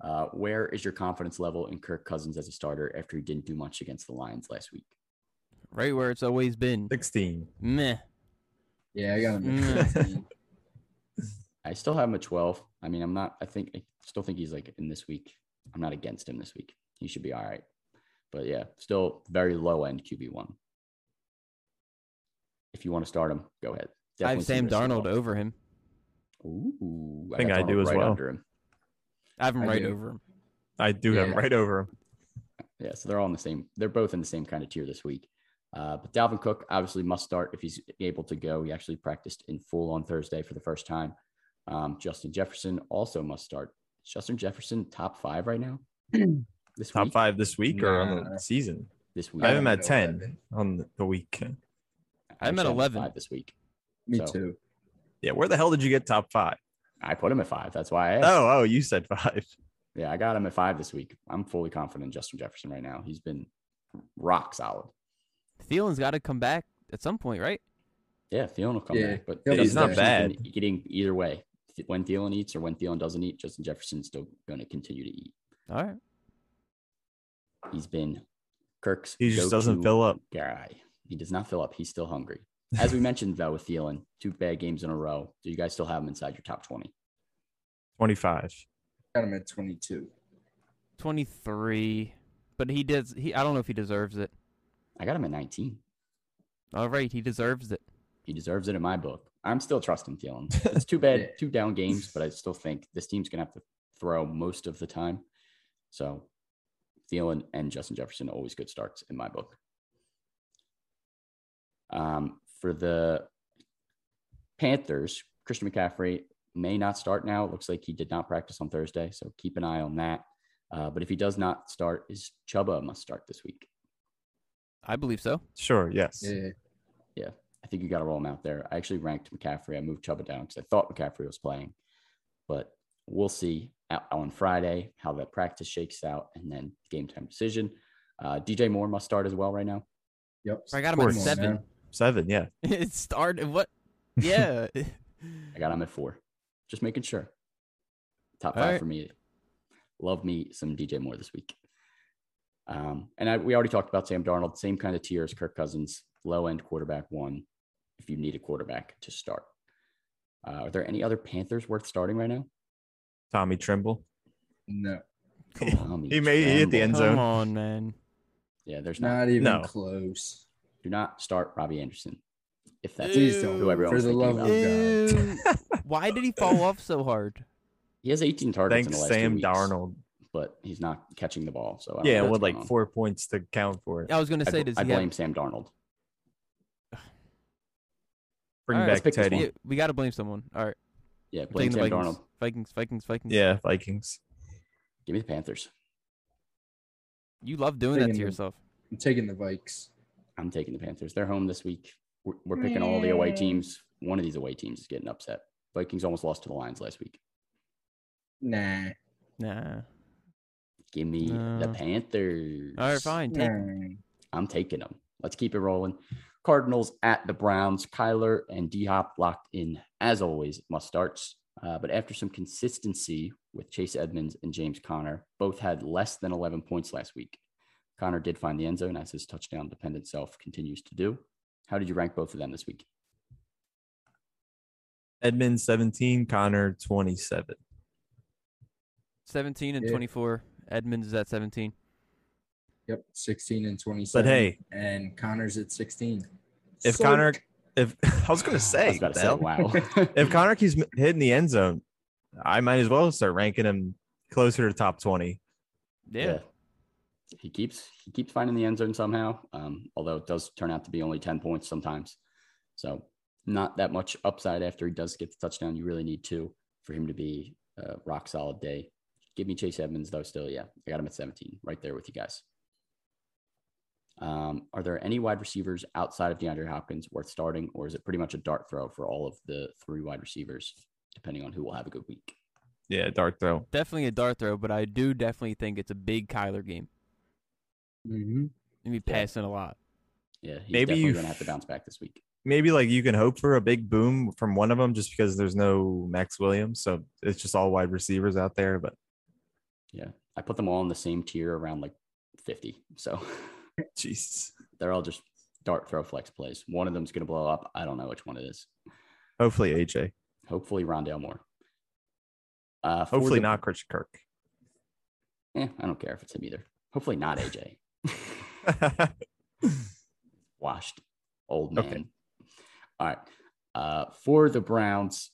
B: Uh, where is your confidence level in Kirk Cousins as a starter after he didn't do much against the Lions last week?
D: Right where it's always been.
C: 16.
D: Meh.
E: Yeah, I got him.
D: Mm.
E: At 15.
B: I still have him at 12. I mean, I'm not, I think, I still think he's like in this week. I'm not against him this week. He should be all right. But yeah, still very low end QB1. If you want to start him, go ahead.
D: I have Sam
B: Definitely consider
D: Darnold
B: him.
D: over him.
B: Ooh,
C: think
B: got
C: I
B: Darnold
C: do as
B: right
C: well.
B: Under him.
D: I have him
E: I
D: right
E: do.
D: over him.
C: I do have him
E: Yeah.
C: right over him.
B: Yeah, so they're all in the same. They're both in the same kind of tier this week. Uh, but Dalvin Cook obviously must start if he's able to go. He actually practiced in full on Thursday for the first time. Um, Justin Jefferson also must start. Is Justin Jefferson top five right now. This
C: Top
B: week?
C: five this week or on
E: Nah.
C: the season?
B: This week.
C: I
E: I'm
C: have him
E: at
C: at 10
E: 11.
C: on the week.
D: I'm at
B: Actually,
D: 11.
B: five this week.
E: Me
B: So-
E: too.
C: Yeah, where the hell did you get top five?
B: I put him at five. That's why I asked.
C: Oh, oh, you said five.
B: Yeah, I got him at five this week. I'm fully confident in Justin Jefferson right now. He's been rock solid.
D: Thielen's got to come back at some point, right?
B: Yeah, Thielen will come
E: Yeah,
B: back, but Justin
E: he'll be back. He's
C: not
B: Jefferson's been Eating either way, Th- when Thielen eats or when Thielen doesn't eat, Justin Jefferson's still going to continue to eat.
D: All right.
B: He's been Kirk's.
C: He just doesn't
B: go-to
C: fill up.
B: Guy, he does not fill up. He's still hungry. As we mentioned though, with Thielen, two bad games in a row. Do you guys still have him inside your top twenty?
C: 25.
E: Got him at 22.
D: 23. But he does he I don't know if he deserves it.
B: I got him at nineteen.
D: All right, he deserves it.
B: He deserves it in my book. I'm still trusting Thielen. It's too bad,
E: Yeah.
B: two down games, but I still think this team's gonna have to throw most of the time. So Thielen and Justin Jefferson always good starts in my book. Um, for the Panthers, Christian McCaffrey may not start now. It looks like he did not practice on Thursday, so keep an eye on that. Uh, but if he does not start, is Chuba a must start this week?
D: I believe so.
C: Sure, yes.
E: Yeah.
B: I think you got to roll him out there. I actually ranked McCaffrey. I moved Chuba down because I thought McCaffrey was playing, but we'll see out on Friday how that practice shakes out and then game time decision. Uh, DJ Moore must start as well right now.
E: Yep.
D: I got him
E: Come
D: at
E: on
D: seven.
E: now.
C: Seven, yeah.
D: it started what? Yeah.
B: I got him at four. Just making sure. Top five
D: Alright.
B: for me. Love me some DJ Moore this week. Um, and I, we already talked about Sam Darnold, same kind of tier as Kirk Cousins, low end quarterback one. If you need a quarterback to start, uh, are there any other Panthers worth starting right now?
C: Tommy Trimble.
E: No,
B: Tommy
C: He made- he hit the
B: Tremble.
C: end
D: Come
C: zone.
D: on, man.
B: Yeah, there's not.
E: not even
C: No.
E: close.
B: Do not start Robbie Anderson. If that's
E: Please don't.
B: who everyone's
E: For the
B: thinking
E: love
B: about.
E: of- God.
D: Ew. Why did he fall off so hard?
B: He has 18 targets in
C: Thanks,
B: the last two
C: Sam
B: weeks,
C: Darnold.
B: but he's not catching the ball. So I don't
C: Yeah,
B: know
C: and
B: what's
C: with like
B: going on.
C: four points to count for it.
D: I was gonna
B: I,
D: say,
B: bl-
D: does
B: I
D: he have-
B: blame Sam Darnold.
C: Bring
D: All right, let's
C: back
B: pick this
C: Teddy.
D: Yeah, we gotta blame someone. All right,
B: Yeah,
D: I'm
B: blame
D: taking
B: Sam
D: the Vikings.
B: Darnold.
D: Vikings, Vikings, Vikings.
C: Yeah, Vikings.
B: Give me the Panthers.
D: you love doing that
E: Taking
D: to
E: the-
D: yourself.
E: I'm taking the Vikes.
B: I'm taking the Panthers. They're home this week. We're, we're picking all the away teams. One of these away teams is getting upset. Vikings almost lost to the Lions last week.
E: Nah.
D: Nah.
B: Give me the
D: No.
B: Panthers.
D: All right, fine. Take
E: nah.
B: I'm taking them. Let's keep it rolling. Cardinals at the Browns. Kyler and D Hop locked in as always. Must starts. Uh, but after some consistency with Chase Edmonds and James Conner, both had less than 11 points last week. Connor did find the end zone as his touchdown dependent self continues to do. How did you rank both of them this week?
C: Edmund 17, Connor 27.
D: 17 and
E: Yeah.
D: 24. Edmonds is at 17.
E: Yep. 16 and 27.
C: But hey,
E: and Connor's at 16.
C: If
E: So-
C: Connor- if I was going to
B: I
C: say,
B: was about to
C: what the
B: say,
C: hell?
B: wow.
C: if Connor keeps m- hitting the end zone, I might as well start ranking him closer to top 20.
D: Yeah.
B: He keeps he keeps finding the end zone somehow. Um, although it does turn out to be only 10 points sometimes. So not that much upside after he does get the touchdown. You really need two for him to be a rock solid day. Give me Chase Edmonds though, still. Yeah. I got him at 17, right there with you guys. Um, are there any wide receivers outside of DeAndre Hopkins worth starting, or is it pretty much a dart throw for all of the three wide receivers, depending on who will have a good week?
C: Yeah, dark throw.
D: Definitely a dart throw, but I do definitely think it's a big Kyler game.
E: Mhm.
D: He'll be
B: Yeah.
D: passing a lot.
B: Yeah, he's
C: Maybe
B: definitely
C: you
B: gonna have
C: f-
B: to bounce back this week.
C: Maybe like you can hope for a big boom from one of them just because there's no Max Williams. So it's just all wide receivers out there. But
B: Yeah. I put them all in the same tier around like 50. So
C: Jesus.
B: they're all just dart throw flex plays. One of them's going to blow up. I don't know which one it is.
C: Hopefully, AJ.
B: Hopefully, Rondale Moore. Uh, for
C: Hopefully,
B: the-
C: not Christian Kirk.
B: Eh, I don't care if it's him either. Hopefully, not AJ. washed old man.
C: Okay.
B: All right. Uh, for the Browns,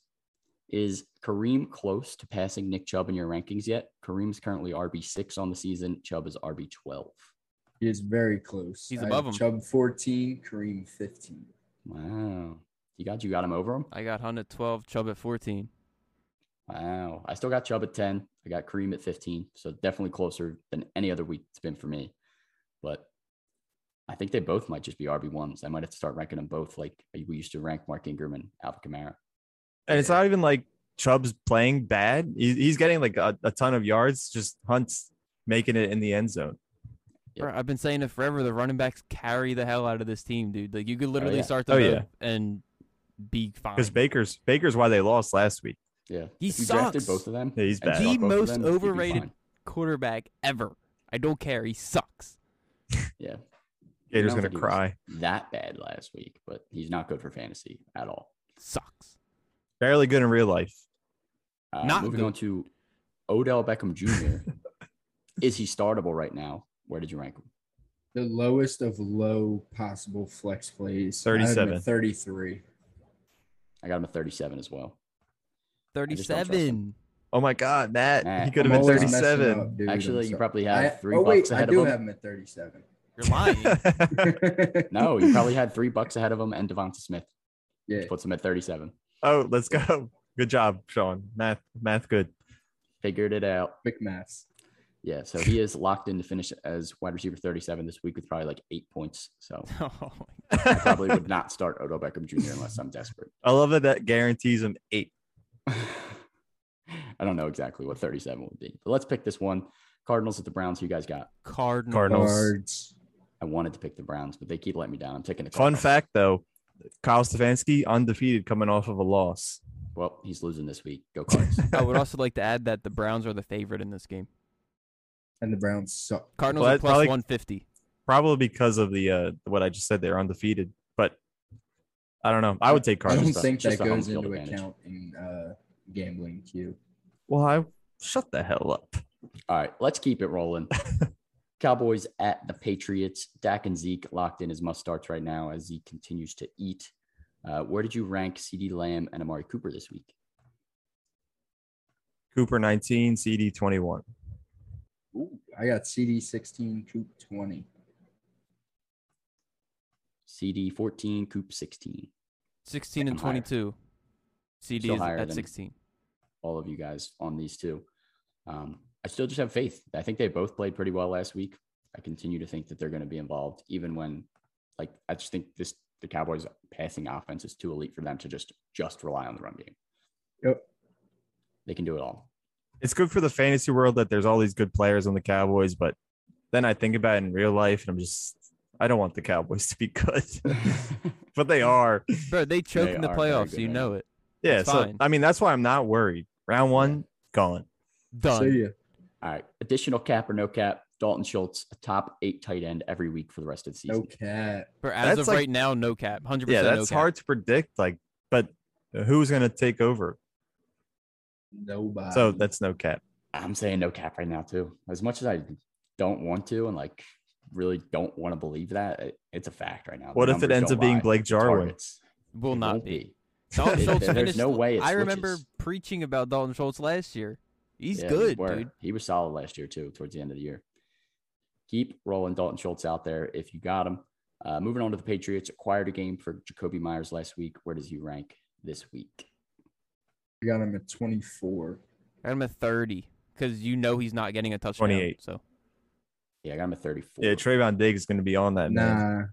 B: is Kareem close to passing Nick Chubb in your rankings yet? Kareem's currently RB6 on the season. Chubb is RB12.
E: He is very close.
D: He's
E: I have
D: above him.
E: Chubb 14, Kareem 15.
B: Wow. You got you got him over him?
D: I got Hunt at 12, Chubb at 14.
B: Wow. I still got Chubb at 10. I got Kareem at 15. So definitely closer than any other week it's been for me. But I think they both might just be RB1s. I might have to start ranking them both like we used to rank Mark Ingram and Alvin Kamara.
C: And it's not even like Chubb's playing bad. He, he's getting like a, a ton of yards. Just Hunt's making it in the end zone.
B: Yep.
D: Bro, I've been saying it forever. The running backs carry the hell out of this team, dude. Like you could literally
B: yeah.
D: start them
C: Oh,
D: up and be fine.
C: Because Baker's Baker's why they lost last week.
B: Yeah.
D: He
B: if you drafted
D: sucks.
B: both of them.
C: Yeah, he's
B: and
C: bad.
B: stuck
D: The
B: both of
D: most
B: them, you'd be
D: overrated-
B: fine.
D: Quarterback ever. I don't care. He sucks.
B: Yeah.
C: Gator's
B: I don't
C: gonna
B: think he was
C: cry.
B: That bad last week, but he's not good for fantasy at all.
D: Sucks.
C: Barely good in real life.
B: Uh,
D: Not
B: moving
D: good.
B: on to Odell Beckham Jr. Is he startable right now? Where did you rank him?
E: The lowest of low possible flex plays.
C: 37.
E: 33.
B: I got him at 37 as well. just don't trust him.
D: 37.
C: Oh my God, Matt,
B: Matt,
C: he could
E: I'm
C: have been
E: always messing
C: 37.
E: up, dude. I'm
B: Actually, you
E: sorry.
B: probably
E: I-
B: have three
E: oh,
B: bucks
E: wait,
B: ahead
E: I
B: of
E: do
B: him.
E: have him at 37.
D: You're lying.
B: No, you probably had three bucks ahead of him and Devonta Smith.
E: yeah.
B: which Puts him at 37.
C: oh, let's go. Good job, Sean. Math, math, good.
B: Figured it out.
E: Quick maths.
B: Yeah, so he is locked in to finish as wide receiver 37 this week with probably like eight points. So
D: oh,
B: I probably would not start Odell Beckham Jr. unless I'm desperate.
C: I love that that guarantees him eight.
B: I don't know exactly what 37 would be, but let's pick this one. Cardinals at the Browns. Who you guys got?
D: Cardinal.
C: Cardinals.
E: Cards.
B: I wanted to pick the Browns, but they keep letting me down. I'm taking a
C: Fun fact though, Kyle Stefanski undefeated coming off of a loss.
B: Well, he's losing this week. Go Cards.
D: I would also like to add that the Browns are the favorite in this game.
E: And the Browns suck.
D: Cardinals
C: Well,
D: are
C: I-
D: plus
C: I like-
D: 150.
C: Probably because of the uh what I just said, they're undefeated. But I don't know. I would take
E: I
C: Cardinals.
E: don't
C: though.
E: think
B: Just
E: that
B: a home
E: goes
B: field
E: into
B: advantage.
E: account in uh, gambling queue.
C: well, I shut the hell up.
B: All right, let's keep it rolling. Cowboys at the Patriots. Dak and Zeke locked in as must starts right now as Zeke continues to eat. Uh, where did you rank CD Lamb and Amari Cooper this week?
C: Cooper 19, CD 21.
E: Ooh, I got CD 16, Coop 20.
B: CD 14, Coop 16.
D: 16 and
B: I'm higher.
D: 22. CD
B: Still
D: is
B: higher
D: at
B: than-
D: 16.
B: All of you guys on these two. Um, I still just have faith. I think they both played pretty well last week. I continue to think that they're going to be involved, even when, like, I just think this the Cowboys' passing offense is too elite for them to just just rely on the run game.
E: Yep.
B: They can do it all.
C: It's good for the fantasy world that there's all these good players on the Cowboys, but then I think about it in real life and I'm just I don't want the Cowboys to be good. but they are.
D: Bro, they choke
B: They
D: in the
B: are very
D: playoffs.
B: good
D: You
B: right
D: know it.
C: Yeah,
D: It's
C: so
D: fine.
C: I mean that's why I'm not worried. Round one, gone.
D: Done.
E: See ya.
B: All right. Additional cap or no cap? Dalton Schultz, a top eight tight end every week for the rest of the season.
E: No cat.
D: For as
C: That's
D: of
C: like-
D: right now, no cap. 100%
C: Yeah,
D: no
C: that's
D: cap.
C: hard to predict. Like, but who's gonna take over?
E: Nobody.
B: Um,
C: So that's no cap.
B: I'm saying no cap right now too. As much as I don't want to, and like really don't want to believe that, it- it's a fact right now. The
C: What if it
B: numbers
C: ends
B: don't
C: up being
B: lie.
C: Blake Jarwin?
B: Targets.
D: Will
B: It
D: not
B: won't
D: be.
B: be.
D: Dalton
B: It-
D: Schultz
B: there's
D: finished-
B: no way it
D: I remember
B: switches.
D: preaching about Dalton Schultz last year. He's
B: Yeah, we
D: good,
B: were.
D: dude.
B: He was solid last year too, towards the end of the year. Keep rolling Dalton Schultz out there if you got him. Uh, moving on to the Patriots, acquired a game for Jacoby Myers last week. Where does he rank this week?
E: I got him at 24.
D: I got him at 30 because you know he's not getting a touchdown.
C: 28.
D: So
B: Yeah, I got him at 34.
C: Yeah, Trayvon Diggs is gonna be on that. man.
E: Nah.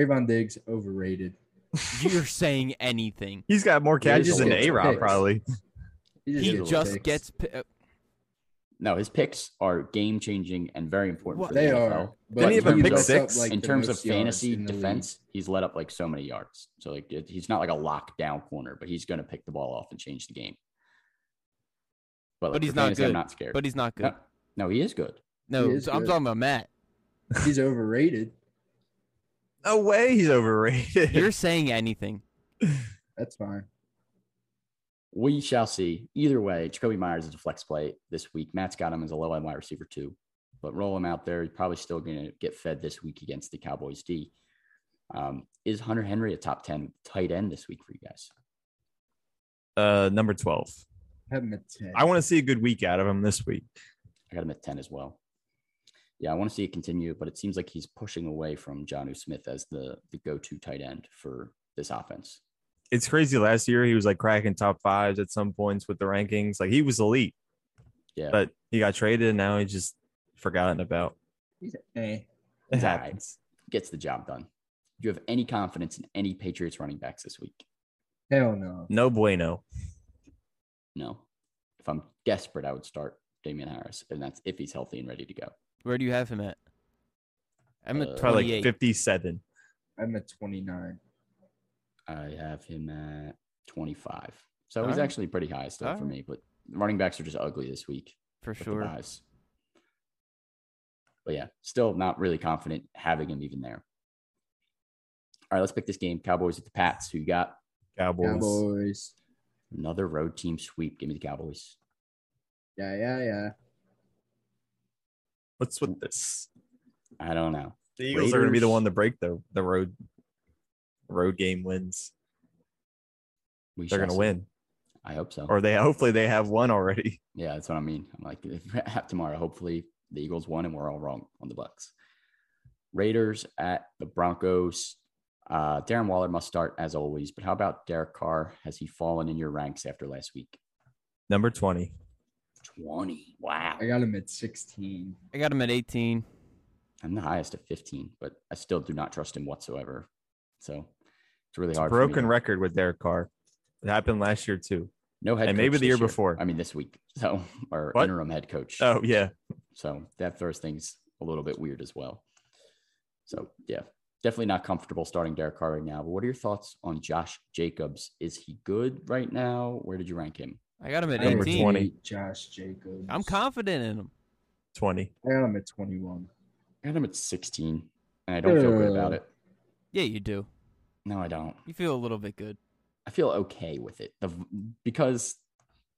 E: Trayvon Diggs overrated.
D: you're saying anything.
C: He's got more
B: He is
C: catches than
B: old.
C: A Rob
B: Diggs.
C: probably.
B: He's
D: He
B: a
E: gets
D: just
E: picks.
D: gets. P- uh,
B: No, his picks are game changing and very important.
D: What-
B: for the
E: They
B: NFL.
E: are.
B: Didn't
E: in
B: he have a
E: terms
B: pick
E: of,
C: six?
E: like,
B: in
E: the
B: terms of
E: most yards
B: fantasy
E: in the league,
B: defense, he's let up like so many yards. So like it, he's not like a lockdown corner, but he's going to pick the ball off and change the game. like,
D: But he's
B: for
D: not
B: fantasy, I'm
D: good.
B: not scared.
D: but he's not good.
B: no, no, he is good.
D: No,
E: He is
D: I'm
E: good.
D: talking about Matt.
E: He's overrated.
C: No way he's overrated.
D: You're saying anything.
E: That's fine.
B: We shall see. Either way, Jacoby Myers is a flex play this week. Matt's got him as a low end wide receiver too, but roll him out there. He's probably still going to get fed this week against the Cowboys D. Um, is Hunter Henry a top ten tight end this week for you guys?
C: uh number 12.
E: Have him at 10.
C: I want to see a good week out of him this week.
B: I got him at 10 as well. yeah, I want to see it continue, but it seems like he's pushing away from Johnu Smith as the the go-to tight end for this offense.
C: It's crazy. Last year, he was like cracking top fives at some points with the rankings. Like he was elite,
B: Yeah,
C: but he got traded and now he's just forgotten about. It
E: Hey,
B: It's all right.
C: happens.
B: gets the job done. Do you have any confidence in any Patriots running backs this week?
E: hell no.
C: No bueno.
B: No. If I'm desperate, I would start Damian Harris, and that's if he's healthy and ready to go.
D: Where do you have him at? I'm
B: Uh,
D: at
C: Probably
D: 28.
C: like 57.
E: I'm at 29.
B: I have him at 25. So
D: All
B: he's
D: right.
B: actually pretty high still
D: All
B: for
D: right.
B: me, but running backs are just ugly this week
D: for
B: with
D: sure.
B: the buys. But yeah, still not really confident having him even there. All right, let's pick this game. Cowboys at the Pats. Who you got?
C: Cowboys.
E: Cowboys.
B: Another road team sweep. Give me the Cowboys.
E: Yeah, yeah, yeah.
C: What's with this?
B: I don't know.
C: The Eagles are going to be the
B: Raiders.
C: one to break the, the road road game wins.
B: We
C: They're
B: shall
C: going to
B: see.
C: win,
B: I hope so.
C: or they hopefully they have one already.
B: Yeah, that's what I mean. I'm like tomorrow. Hopefully the Eagles won and we're all wrong on the Bucks. Raiders at the Broncos. Uh, Darren Waller must start as always, but how about Derek Carr? Has he fallen in your ranks after last week?
C: Number 20.
B: 20. Wow.
E: I got him at 16.
D: I got him at 18.
B: I'm the highest at 15, but I still do not trust him whatsoever. So it's really
C: It's a
B: hard.
C: broken
B: for me to-
C: record with Derek Carr. It happened last year too.
B: No head
C: and maybe
B: coach
C: the
B: this
C: year before.
B: I mean, this week. So, or
C: What?
B: interim head coach.
C: Oh yeah,
B: So that throws things a little bit weird as well. So yeah, definitely not comfortable starting Derek Carr right now. But what are your thoughts on Josh Jacobs? Is he good right now? Where did you rank him?
D: I got him at
E: I
C: Number
D: 18.
C: 20.
E: Josh Jacobs.
D: I'm confident in him.
C: 20.
E: I got him at 21.
B: I got him at 16, and I don't feel good about
E: Yeah.
B: it.
D: Yeah, you do.
B: No, I don't.
D: You feel a little bit good.
B: I feel okay with it. The v- because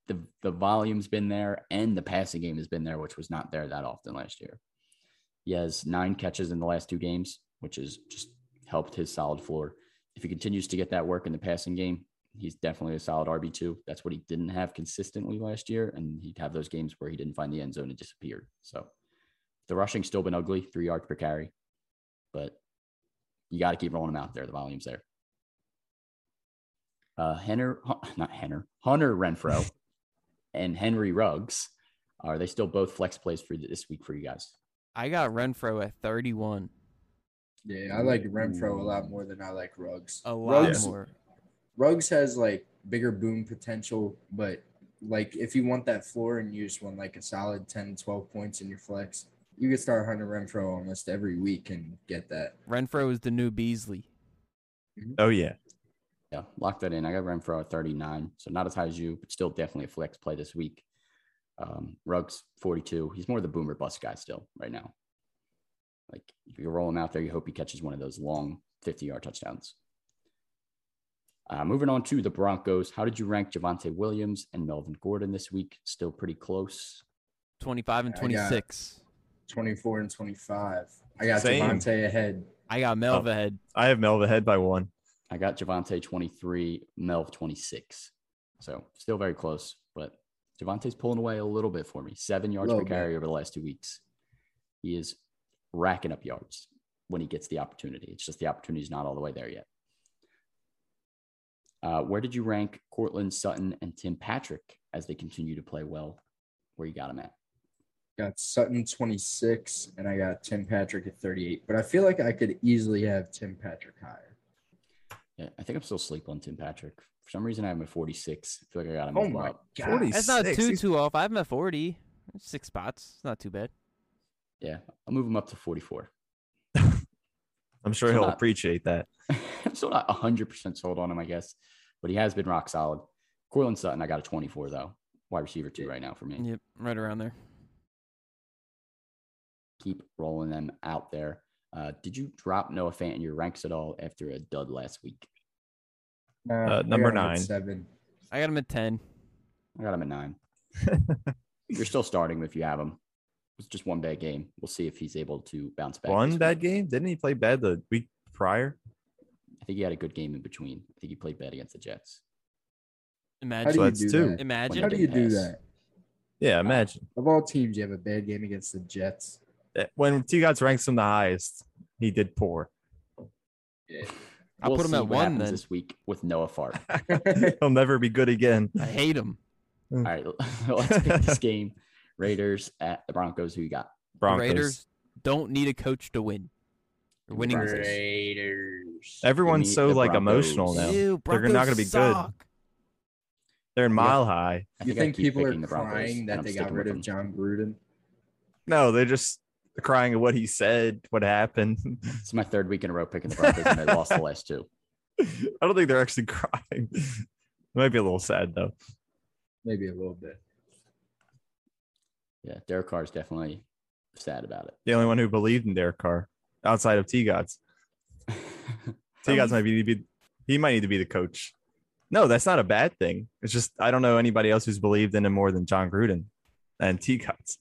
B: the the volume's been there and the passing game has been there, which was not there that often last year. He has nine catches in the last two games, which has just helped his solid floor. If he continues to get that work in the passing game, he's definitely a solid RB two. That's what he didn't have consistently last year, and he'd have those games where he didn't find the end zone and disappeared. So the rushing's still been ugly, three yards per carry, but you got to keep rolling him out there. The volume's there uh, Henner, Hun- not Henner, Hunter Renfro and Henry Ruggs. Are they still both flex plays for th- this week for you guys?
D: I got Renfro at 31.
E: Yeah, I like Renfro a lot more than I like Ruggs.
D: A lot
E: Ruggs,
D: more.
E: Ruggs has like bigger boom potential, but like if you want that floor and you just want like a solid 10, 12 points in your flex, you could start Hunter Renfro almost every week and get that.
D: Renfro is the new Beasley.
C: Oh yeah,
B: Yeah, lock that in. I got Renfro at 39, so not as high as you, but still definitely a flex play this week. Um, Ruggs 42. He's more the boomer bust guy still right now. Like if you roll him out there, you hope he catches one of those long 50 yard touchdowns. Uh, moving on to the Broncos. How did you rank Javante Williams and Melvin Gordon this week? Still pretty close.
D: 25 and
E: I got-
D: 26.
E: 24 and 25. I got
C: Same.
E: Devontae ahead.
D: I got Melva ahead.
C: I have Melva ahead by one.
B: I got Javante 23, Melv 26. So still very close, but Javante's pulling away a little bit for me. Seven yards per
E: Little bit.
B: carry over the last two weeks. He is racking up yards when he gets the opportunity. It's just the opportunity's not all the way there yet. Uh, where did you rank Cortland Sutton and Tim Patrick as they continue to play well? Where you got him at?
E: Got Sutton 26, and I got Tim Patrick at 38. But I feel like I could easily have Tim Patrick higher.
B: Yeah, I think I'm still asleep on Tim Patrick. For some reason, I have him at 46. I feel like I got him
E: Oh
B: move
E: my
B: up.
E: God.
C: 40.
D: That's not
C: 26.
D: too,
C: He's-
D: too off. I have him at 40. Six spots. It's not too bad.
B: Yeah, I'll move him up to 44.
C: I'm sure
B: So
C: he'll
B: not-
C: appreciate that.
B: I'm still not 100% sold on him, I guess, but he has been rock solid. Corlin Sutton, I got a 24, though. Wide receiver two right now for me.
D: Yep, right around there.
B: Keep rolling them out there. Uh, did you drop Noah Fant in your ranks at all after a dud last week?
E: Nah,
C: Uh,
E: I
C: number
E: got him at
C: nine.
E: Seven.
D: I got him at 10.
B: I got him at nine. You're still starting him if you have him. It's just one bad game. We'll see if he's able to bounce back. this
C: One
B: week.
C: bad game? Didn't he play bad the week prior?
B: I think he had a good game in between. I think he played bad against the Jets.
E: How
D: Imagine.
E: do you
C: that's
E: do
C: two.
E: that?
B: When
D: Imagine.
E: How
B: he
E: do you
B: didn't
E: do
B: pass.
E: that?
C: Yeah, imagine.
E: Of all teams, you have a bad game against the Jets.
C: eh, when T God's ranks him the highest, he did poor.
D: I'll
B: We'll
D: put him
B: see
D: at
B: what
D: one
B: happens
D: then.
B: this week with Noah Fart.
C: He'll never be good again.
D: I hate him.
B: All right, let's pick this game. Raiders at the Broncos. Who you got?
D: The
C: Broncos.
D: Raiders don't need a coach to win. They're winning.
B: Broncos.
E: Raiders.
B: Give
C: Everyone's
B: me
C: so
B: the
C: like emotional
B: Broncos.
C: now.
D: Ew,
C: They're
D: Broncos
C: not gonna be good.
D: suck.
C: They're mile high.
B: I
E: you
B: I
E: think
B: keep
E: people are
B: picking the Broncos,
E: crying
B: and
E: that
B: I'm
E: they got
B: sticking
E: rid
B: with them.
E: of John Gruden?
C: No, they're just crying at what he said, what happened.
B: It's my third week in a row picking the Broncos, and I lost the last two.
C: I don't think they're actually crying. It might be a little sad though.
E: Maybe a little bit.
B: Yeah, Derek Carr is definitely sad about
C: The only one who believed in Derek Carr outside of T Gods.
B: it.
C: T Gods might be, be he might need to be the coach. No, that's not a bad thing. It's just I don't know anybody else who's believed in him more than John Gruden and T Gods.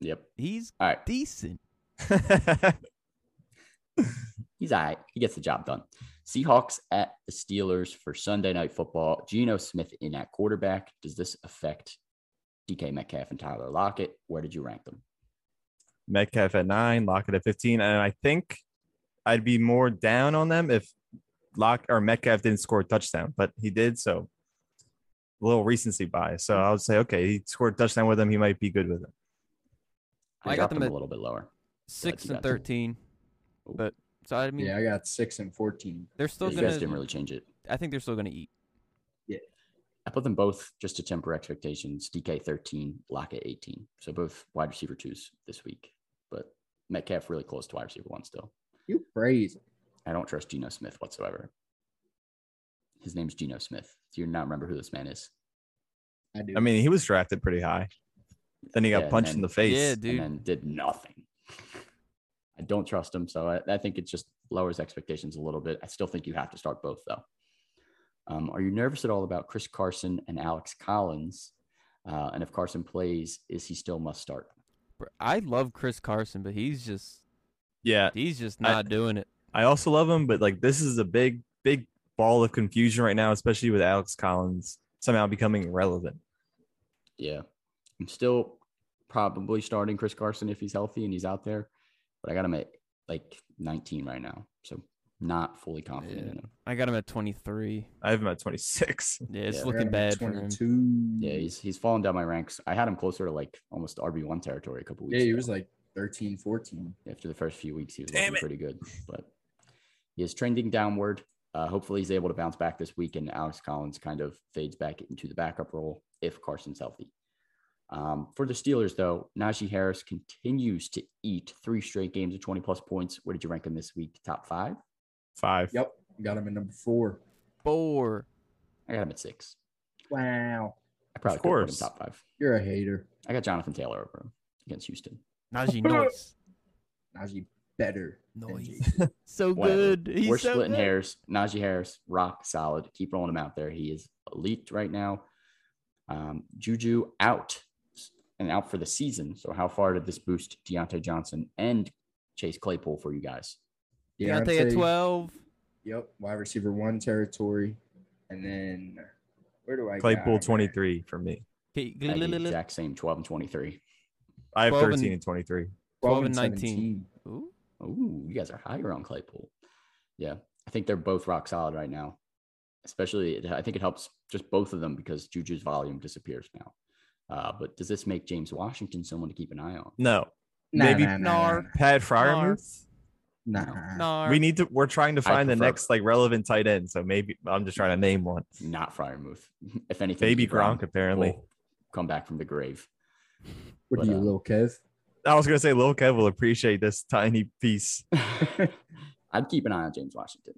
B: yep.
D: He's
B: All right,
D: decent.
B: he's all right. He gets the job done. Seahawks at the Steelers for Sunday Night Football. Geno Smith in at quarterback. Does this affect DK Metcalf and Tyler Lockett? Where did you rank them?
C: Metcalf at nine, Lockett at 15. And I think I'd be more down on them if Lock or Metcalf didn't score a touchdown, but he did. So a little recency bias. So I would say, okay, he scored a touchdown with him. He might be good with him.
B: I,
D: I got
B: dropped
D: them
B: them a
D: at-
B: little bit lower.
D: Six
B: you
D: and
B: got them.
D: thirteen. But so I mean
E: Yeah, I got six and fourteen.
D: they're still
B: You
D: gonna
B: guys didn't really change it.
D: I think they're still gonna eat.
B: I put them both just to temper expectations. DK 13, Lockett 18. So both wide receiver twos this week. But Metcalf really close to wide receiver one still.
E: You crazy?
B: I don't trust Geno Smith whatsoever. His name's Geno Smith. Do you not remember who this man is?
E: I do.
C: I mean, he was drafted pretty high. Then he got
B: Yeah, and
C: punched
B: then-
C: in the face.
D: Yeah, dude.
B: And then did nothing. I don't trust him. So I, I think it just lowers expectations a little bit. I still think you have to start both, though. Um, are you nervous at all about Chris Carson and Alex Collins? Uh, and if Carson plays, is he still must start?
D: Br- I love Chris Carson, but he's just
C: yeah.
D: he's just
C: I-
D: not doing it.
C: I also love him, but like this is a big, big ball of confusion right now, especially with Alex Collins somehow becoming relevant.
B: Yeah. I'm still probably starting Chris Carson if he's healthy and he's out there, but I got him at like 19 right now. So not fully confident
D: Yeah.
B: in him.
D: I got him at twenty three.
C: I have him at 26.
D: Yeah, it's
B: Yeah.
D: looking bad for him.
E: Twenty-two.
B: Yeah, he's he's fallen down my ranks. I had him closer to like almost RB1 territory a couple weeks
E: Yeah, he
B: ago.
E: was like 13, 14.
B: After the first few weeks, he was
C: Damn
B: looking pretty good, but he is trending downward. Uh, hopefully, he's able to bounce back this week, and Alex Collins kind of fades back into the backup role if Carson's healthy. Um, for the Steelers, though, Najee Harris continues to eat three straight games of 20 plus points. Where did you rank him this week? Top five?
C: Five.
E: Yep, got him at number four.
D: Four.
B: I got him at six.
E: Wow,
B: I probably could have put him
C: course.
B: top five.
E: you're a hater.
B: I got Jonathan Taylor over him against Houston.
D: Najee Noise.
E: Najee better. than
D: Noise.
E: Jason.
D: So
B: Whatever.
D: good. He's
B: We're
D: so
B: splitting
D: good.
B: hairs. Najee Harris, rock solid. Keep rolling him out there. He is elite right now. Um, Juju out and out for the season. So how far did this boost Deontay Johnson and Chase Claypool for you guys?
E: Yeah, I'd
D: Deontay at
E: say-
D: 12.
E: Yep, wide receiver one territory, and then where do I? got him
C: Claypool
E: at?
C: 23 for me.
D: Okay,
B: I had the
D: glilililil.
B: exact same 12 and 23.
C: I have
D: 12 and-
C: 13 and 23.
E: 12
D: and
E: and
D: 19.
E: 17.
D: Ooh,
B: Ooh, you guys are higher on Claypool. Yeah, I think they're both rock solid right now. Especially, it- I think it helps just both of them because Juju's volume disappears now. Uh, but does this make James Washington someone to keep an eye on?
C: No.
E: Nah,
C: Maybe-
E: nah, nah,
C: Pat Fryer.
E: nah,
B: No.
E: nah.
D: Nar.
C: We need to, we're trying to find the
B: prefer-
C: next like relevant tight end. So maybe I'm just trying to name one.
B: Not Fryermuth. If anything,
C: Baby
B: Gronk
C: Gronk, apparently.
B: will come back from the grave.
E: What
B: But,
E: do you,
B: uh,
E: little Kev?
C: I was going to say Lil Kev will appreciate this tiny piece.
B: I'd keep an eye on James Washington.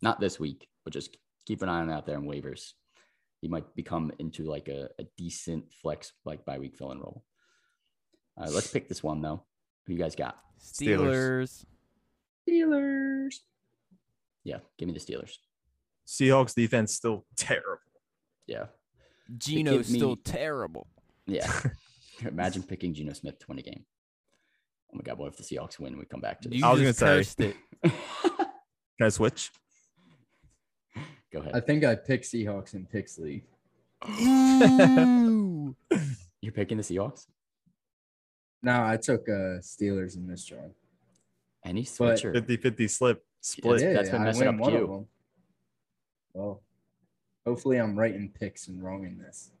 B: Not this week, but just keep an eye on out there in waivers. He might become into like a, a decent flex like by week fill and roll. Uh, let's pick this one though. Who you guys got?
D: Steelers.
C: Steelers.
E: Steelers.
B: Yeah, give me the Steelers.
C: Seahawks defense still terrible.
B: Yeah,
D: Geno's
B: me-
D: still terrible.
B: yeah. Imagine picking Geno Smith to win a game. Oh my God, what if the Seahawks win? We come back to this.
D: You
C: I was
D: just
C: gonna say-
D: cursed it.
C: Can I switch?
B: Go ahead.
E: I think I picked Seahawks in picks league.
D: Ooh.
B: You're picking the Seahawks?
E: No, I took uh Steelers in this job.
B: Any
E: But-
B: switcher.
C: 50 50 slip split.
B: that's been
E: I
B: messing
E: win
B: up
E: one of
B: Q.
E: them. Well, hopefully I'm right in picks and wrong in this.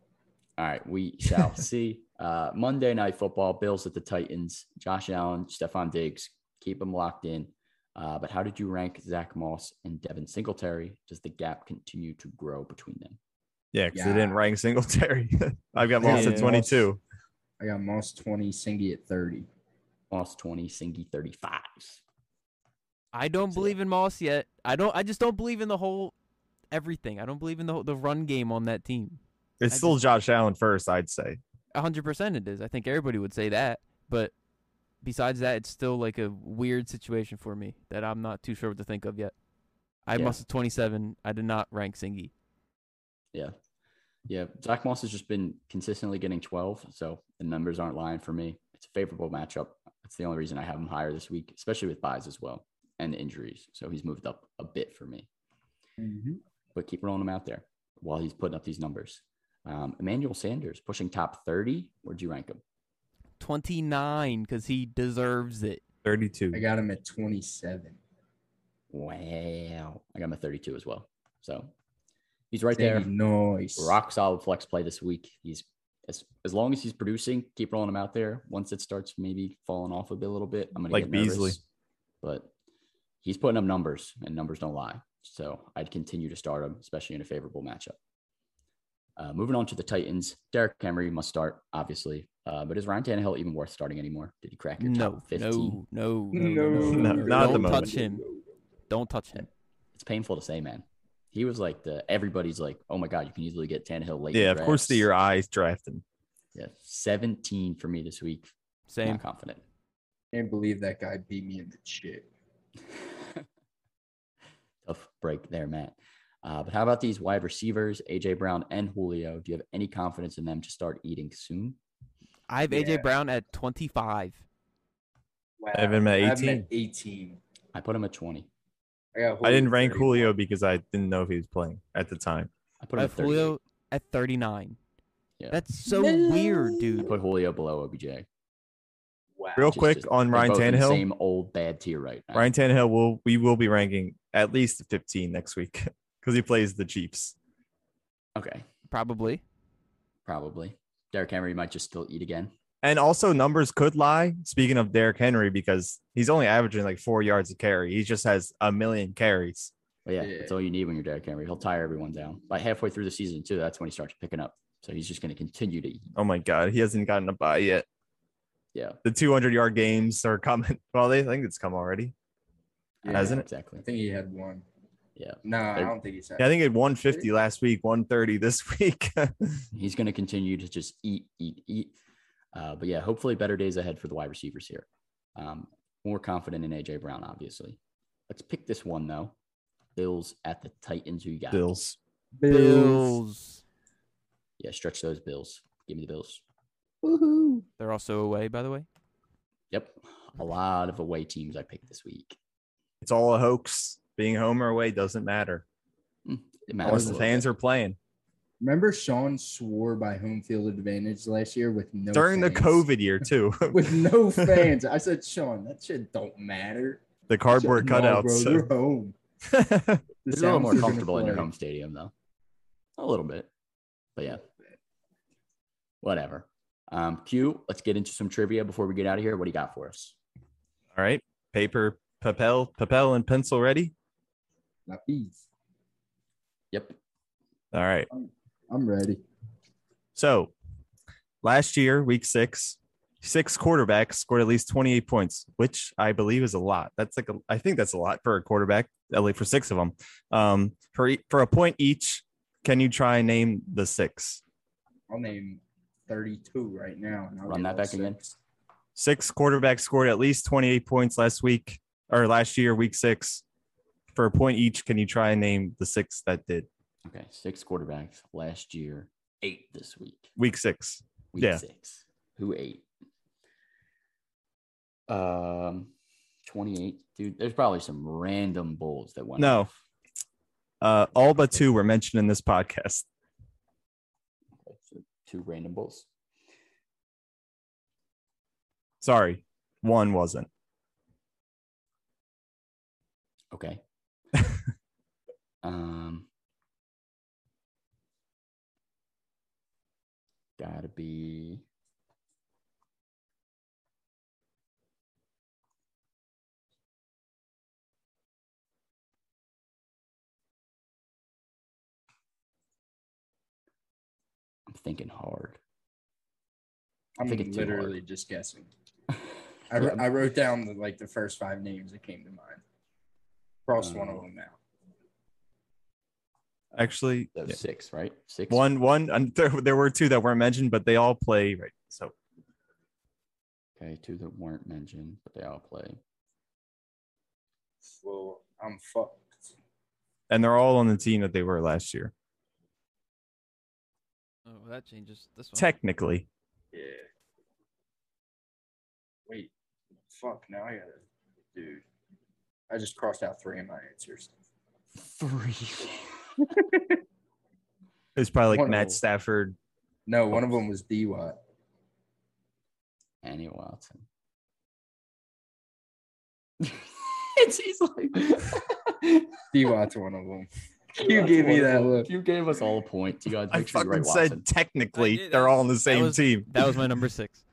B: All right, we shall see. Uh, Monday night football, Bills at the Titans, Josh Allen, Stefan Diggs, keep them locked in. Uh, but how did you rank Zach Moss and Devin Singletary? Does the gap continue to grow between them?
C: Yeah, because
E: Yeah.
C: they didn't rank Singletary. I've got Moss
E: Yeah.
C: at 22.
E: I got Moss 20, Singy at 30.
B: Moss 20, Singy 35.
D: I don't believe in Moss yet. I don't. I just don't believe in the whole everything. I don't believe in the whole, the run game on that team.
C: It's
D: I
C: still
D: just-
C: Josh Allen first, I'd say.
D: A hundred percent, it is. I think everybody would say that. But besides that, it's still like a weird situation for me that I'm not too sure what to think of yet. I
B: Yeah.
D: must have 27. I did not rank Singy.
B: Yeah. Yeah. Zach Moss has just been consistently getting 12. So the numbers aren't lying for me. It's a favorable matchup. That's the only reason I have him higher this week, especially with buys as well and injuries. So he's moved up a bit for me.
C: Mm-hmm.
B: but keep rolling him out there while he's putting up these numbers. Um, Emmanuel Sanders pushing top 30. Where'd you rank him?
D: 29 because he deserves it.
C: 32.
E: I got him at 27.
B: Wow. I got him at 32 as well. So he's right
E: Singy,
B: there.
E: Nice.
B: Rock solid flex play this week. He's as, as long as he's producing, keep rolling him out there. Once it starts maybe falling off a bit, a little bit, I'm gonna
C: Like
B: get nervous.
C: Beasley.
B: But he's putting up numbers, and numbers don't lie. So I'd continue to start him, especially in a favorable matchup. Uh, moving on to the Titans, Derek Henry must start, obviously. Uh, but is Ryan Tannehill even worth starting anymore? Did he crack your
D: No,
B: top 15?
D: no, no, no,
C: No, no, no. not at the
D: Don't
C: moment.
D: touch him. Don't touch him.
B: It's painful to say, man. He was like the everybody's like, oh my god, you can easily get Tannehill late. in
C: Yeah, of course, the
B: drafts.
C: your eyes drafting.
B: Yeah, 17 for me this week.
D: Same.
B: Not confident.
E: Can't believe that guy beat me in the shit.
B: Tough break there, Matt. Uh, but how about these wide receivers, AJ Brown and Julio? Do you have any confidence in them to start eating soon?
D: I have
E: Yeah.
D: AJ Brown at 25.
E: Wow.
C: I have him at
E: I have him
C: 18.
E: at 18.
B: I put him at 20.
E: I, got
C: I didn't
E: at
C: rank
E: 31.
C: Julio because I didn't know if he was playing at the time.
B: I put
D: I
B: him
D: have
B: at 38.
D: Julio at 39.
B: Yeah.
D: That's so
E: No.
D: weird,
B: I
D: dude.
B: put Julio below OBJ.
E: Wow.
C: Real
B: Just-
C: quick
B: just-
C: on
B: they're
C: Ryan
B: both in the
C: Tannehill.
B: Same old bad tier right now.
C: Ryan Tannehill will we will be ranking at least 15 next week because he plays the Chiefs.
B: Okay,
D: Probably.
B: probably. Derrick Henry might just still eat again.
C: And also numbers could lie. Speaking of Derrick Henry, because he's only averaging like four yards a carry. He just has a million carries.
B: But yeah, that's
E: Yeah.
B: all you need when you're Derrick Henry. He'll tire everyone down. Like halfway through the season, too, that's when he starts picking up. So he's just going to continue to eat.
C: Oh my god, he hasn't gotten a buy yet.
B: Yeah.
C: The 200 yard games are coming. Well, they think it's come already.
B: I don't
C: Hasn't
B: know
C: it?
B: Exactly.
E: I think he had one.
B: Yeah.
E: No, I
B: They're-
E: don't think he's had
C: Yeah, I think it 150 last week, 130 this week.
B: He's going to continue to just eat, eat, eat. Uh, but yeah, hopefully better days ahead for the wide receivers here. Um, more confident in AJ Brown, obviously. Let's pick this one though. Bills at the Titans. Who you got?
C: Bills.
D: Bills.
B: Yeah, stretch those Bills. Give me the Bills.
E: Woohoo.
D: They're also away, by the way.
B: Yep. A lot of away teams I picked this week.
C: It's all a hoax. Being home or away doesn't matter.
B: It
C: Unless
B: matters.
C: the fans are playing.
E: Remember Sean swore by home field advantage last year with no
C: During the
E: fans?
C: COVID year, too.
E: with no fans. I said, Sean, that shit don't matter.
C: the cardboard
E: He said, "No,
C: cutouts.
E: Bro, you're home. The
B: It's a little
E: Sounds
B: more
E: are gonna
B: comfortable in your
E: play.
B: home stadium though. A little bit. But yeah. Whatever. Um, Q, let's get into some trivia before we get out of here. What do you got for us?
C: all right. Paper, papel, papel, and pencil ready.
E: Lapis.
B: Yep.
C: All right.
E: I'm ready.
C: So last year, week six, six quarterbacks scored at least 28 points, which I believe is a lot. That's like, a, I think that's a lot for a quarterback, at least for six of them. Um, for, e- for a point each, can you try and name the six?
E: I'll name 32 right now. And I'll
B: Run
E: get
B: that
E: all
B: back
E: six.
B: again.
C: Six quarterbacks scored at least 28 points last week or last year, week six. For a point each, can you try and name the six that did
B: Okay, six quarterbacks last year, eight this week.
C: week six?
B: Week
C: Yeah.
B: six. Who ate? Um, twenty-eight, dude. There's probably some random bulls that went.
C: No.
B: off.
C: Uh, all but two were mentioned in this podcast.
B: Okay, so two random bulls.
C: Sorry, one wasn't.
B: Okay. um, gotta be. I'm thinking hard.
E: I'm
B: think it's too hard.
E: literally just guessing. I, wr- I wrote down the, like the first five names that came to mind. Crossed one of
B: Um,
E: them out.
C: Actually,
B: That was
C: yeah.
B: six, right? Six.
C: one, one, and there, there were two that weren't mentioned, but they all play right. So
B: Okay, two that weren't mentioned, but they all play.
E: Well, I'm fucked.
C: and they're all on the team that they were last year.
D: Oh, well, that changes this one.
C: Technically,
E: Yeah. Wait. Fuck. Now I gotta. Dude. I just crossed out three of my answers.
B: Three.
C: it was probably like
E: One of
C: Matt
E: them.
C: Stafford.
E: No, one of them was D Watt.
B: Annie Watson. it's he's like
E: D Watt's one of them. You gave me that look.
B: You gave us all points. You guys
C: I
B: make sure you
C: fucking
B: write
C: said
B: Watson.
C: technically
D: I did,
C: they're
D: that
C: all on the
D: was- that
C: same
D: was-
C: team.
D: That was my number six.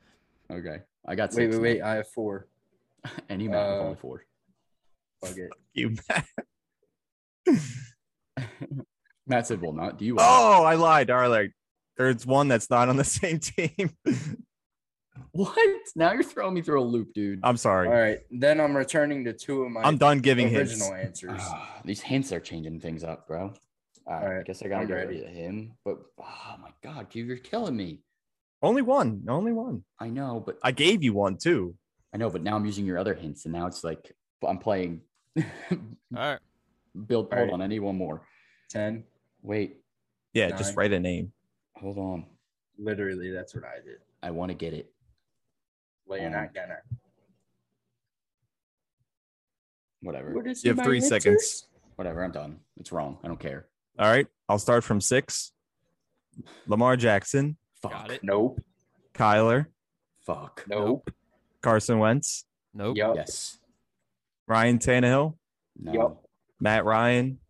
B: Okay, I got
E: Wait,
B: six.
E: wait, wait. I have four.
B: And you Matt with
E: Uh,
B: only four.
E: Fuck it.
C: You-
B: Matt said, "Well, not do you?" Watson?"
C: oh, I lied. All right, like, there's one that's not on the same team.
B: what? Now you're throwing me through a loop, dude.
C: I'm sorry.
E: All right. Then I'm returning to two of my
C: I'm done giving his.
E: original answers.
B: Ah, these hints are changing things up, bro. All right, I
E: Alright,
B: guess I gotta
E: I'm
B: get rid
E: ready.
B: of him. But oh my god, Q, you're killing me.
C: Only one. Only one.
B: I know, but
C: I gave you one too.
B: I know, but now I'm using your other hints, and now it's like I'm playing.
D: All right.
B: Build. Hold
E: Alright.
B: on, I need one more.
E: Ten.
B: Wait,
C: Yeah, just
E: Nine.
C: write a name.
B: hold on.
E: Literally, that's what I did.
B: I want to get it.
E: Well, you're
B: Um,
E: not gonna.
B: Whatever.
E: is
C: You have three seconds.
B: Whatever. I'm done. It's wrong. I don't care.
C: All right, I'll start from six. Lamar Jackson,
B: Fuck.
D: Got it.
E: Nope.
C: Kyler,
B: Fuck.
E: Nope.
C: Carson Wentz,
D: Nope.
E: Yup.
B: Yes.
C: Ryan Tannehill,
B: No.
E: Yup.
C: Matt Ryan,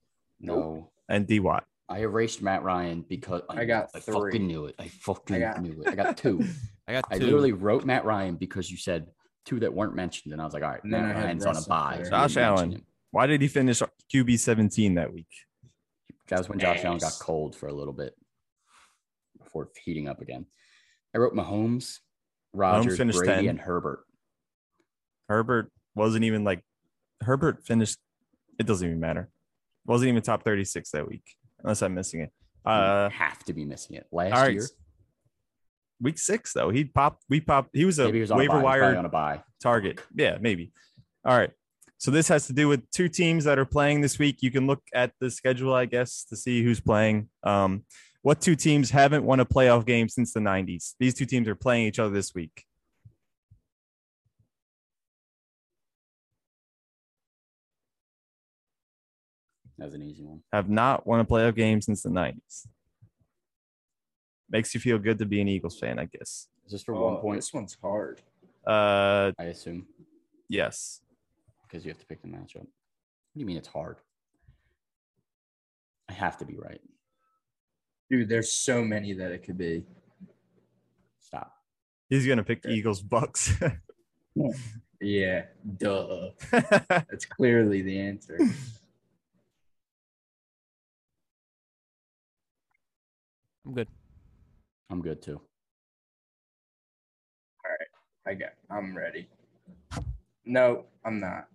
B: No.
C: and D Watt.
B: I erased Matt Ryan because I,
E: I got
B: I
E: three.
B: fucking knew it. I fucking
E: got-
B: knew it. I got two.
D: I got two.
B: I literally wrote Matt Ryan because you said two that weren't mentioned, and I was like, all right,
E: And then
B: Matt
E: I had
B: Ryan's on a
E: Russ up
B: bye.
E: there.
B: so
C: Josh
B: you mention
C: Allen.
B: him.
C: Why did he finish QB 17 that week?
B: That was when Josh Allen got
E: Ass.
B: cold for a little bit before heating up again. I wrote Mahomes, Rogers,
C: finished
B: Brady,
C: 10.
B: and Herbert.
C: Herbert wasn't even like Herbert finished. It doesn't even matter. Wasn't even top 36 that week, unless I'm missing it.
B: You
C: Uh,
B: have to be missing it. Last
C: all right.
B: year,
C: Week six though, he popped. We popped. He was a
B: maybe he was on a bye. He
C: waiver
B: was probably
C: wire
B: on a bye.
C: target. Yeah, maybe. All right. So this has to do with two teams that are playing this week. You can look at the schedule, I guess, to see who's playing. Um, what two teams haven't won a playoff game since the 90s? These two teams are playing each other this week.
B: That was an easy one.
C: Have not won a playoff game since the 90s. Makes you feel good to be an Eagles fan, I guess.
B: Is this for
E: Oh,
B: one point?
E: This one's hard.
C: Uh,
B: I assume
C: yes.
B: because you have to pick the matchup. What do you mean it's hard? I have to be right.
E: Dude, there's so many that it could be.
B: Stop.
C: He's gonna pick the Eagles Bucks.
E: Yeah. Duh. That's clearly the answer.
D: I'm good.
B: I'm good too.
E: I got I'm ready. No, I'm not.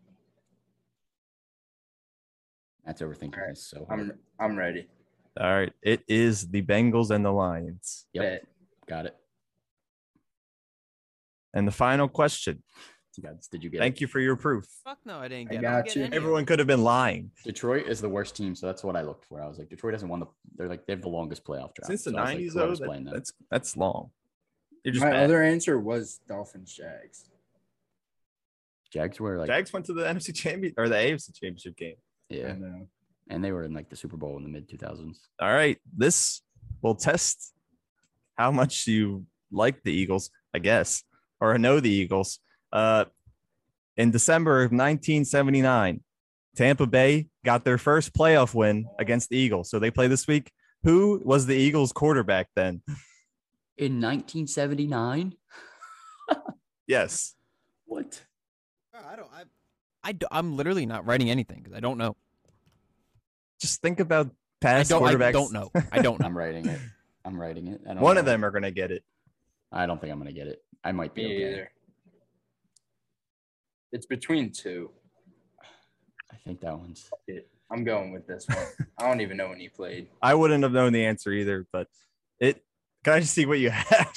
B: That's overthinking
E: Alright,
B: this so hard.
E: I'm I'm ready.
C: All right. It is the Bengals and the Lions.
B: yep.
E: Bet.
B: Got it.
C: And the final question.
B: You got this. Did you get
C: Thank
B: it?
C: you for your proof.
D: Fuck no, I didn't
E: I
D: get. it.
E: got
D: didn't get
E: you.
D: any of it.
C: Everyone could have been lying.
B: Detroit is the worst team, so that's what I looked for. I was like, Detroit hasn't won the. They're like they have the longest playoff drought.
C: Since the
B: So I was like,
C: nineties,
B: whoever's
C: though,
B: playing
C: that,
B: them.
C: that's that's long. You're just
E: My
C: bad.
E: other answer was Dolphins Jags.
B: Jags were like,
C: Jags went to the NFC champion or the AFC championship game.
B: yeah,
E: I know.
B: and they were in like the Super Bowl in the mid two thousands.
C: All right, this will test how much you like the Eagles, I guess. or I know the Eagles. Uh, in December of 1979, Tampa Bay got their first playoff win against the Eagles. So they play this week. Who was the Eagles quarterback then?
B: In 1979?
C: Yes.
B: What?
D: I don't. I, I do, I'm literally not writing anything because I don't know.
C: Just think about
D: I
C: past
D: don't.
C: quarterbacks.
D: I don't know. I don't know.
B: I'm writing it. I'm writing it. I don't
C: One
B: know.
C: of them are going to get it.
B: I don't think I'm going to get it. I might be
E: Me
B: okay.
E: either. It's between two.
B: I think that one's.
E: I'm going with this one. I don't even know when he played.
C: I wouldn't have known the answer either, but it. Can I just see what you have?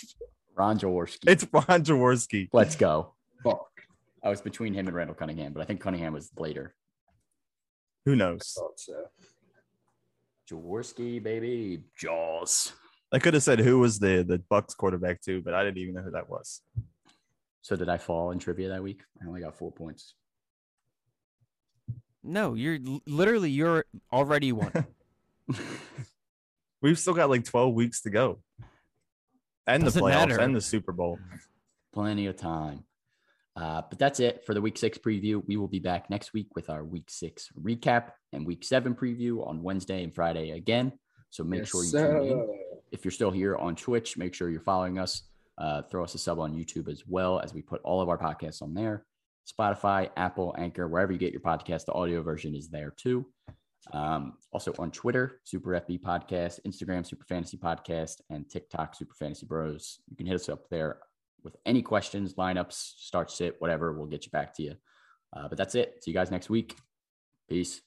B: Ron Jaworski.
C: It's Ron Jaworski.
B: Let's go.
E: Fuck.
B: I was between him and Randall Cunningham, but I think Cunningham was later.
C: Who knows?
E: Thought so.
B: Jaworski, baby. Jaws.
C: I could have said who was the the Bucks quarterback too, but I didn't even know who that was.
B: So did I fall in trivia that week? I only got four points.
D: No, you're l- literally you're already one.
C: We've still got like 12 weeks to go. And
D: Doesn't
C: the playoffs
D: matter.
C: and the Super Bowl.
B: Plenty of time. Uh, but that's it for the week six preview. We will be back next week with our week six recap and week seven preview on Wednesday and Friday again. So make
E: Yes,
B: sure you
E: sir.
B: tune in. if you're still here on Twitch, make sure you're following us. Uh, throw us a sub on YouTube as well, as we put all of our podcasts on there. Spotify, Apple, Anchor, wherever you get your podcast, the audio version is there too. Um, also on Twitter, Super FB Podcast, Instagram, Super Fantasy Podcast, and TikTok, Super Fantasy Bros. You can hit us up there with any questions, lineups, start, sit, whatever. We'll get you back to you. Uh, but that's it. See you guys next week. Peace.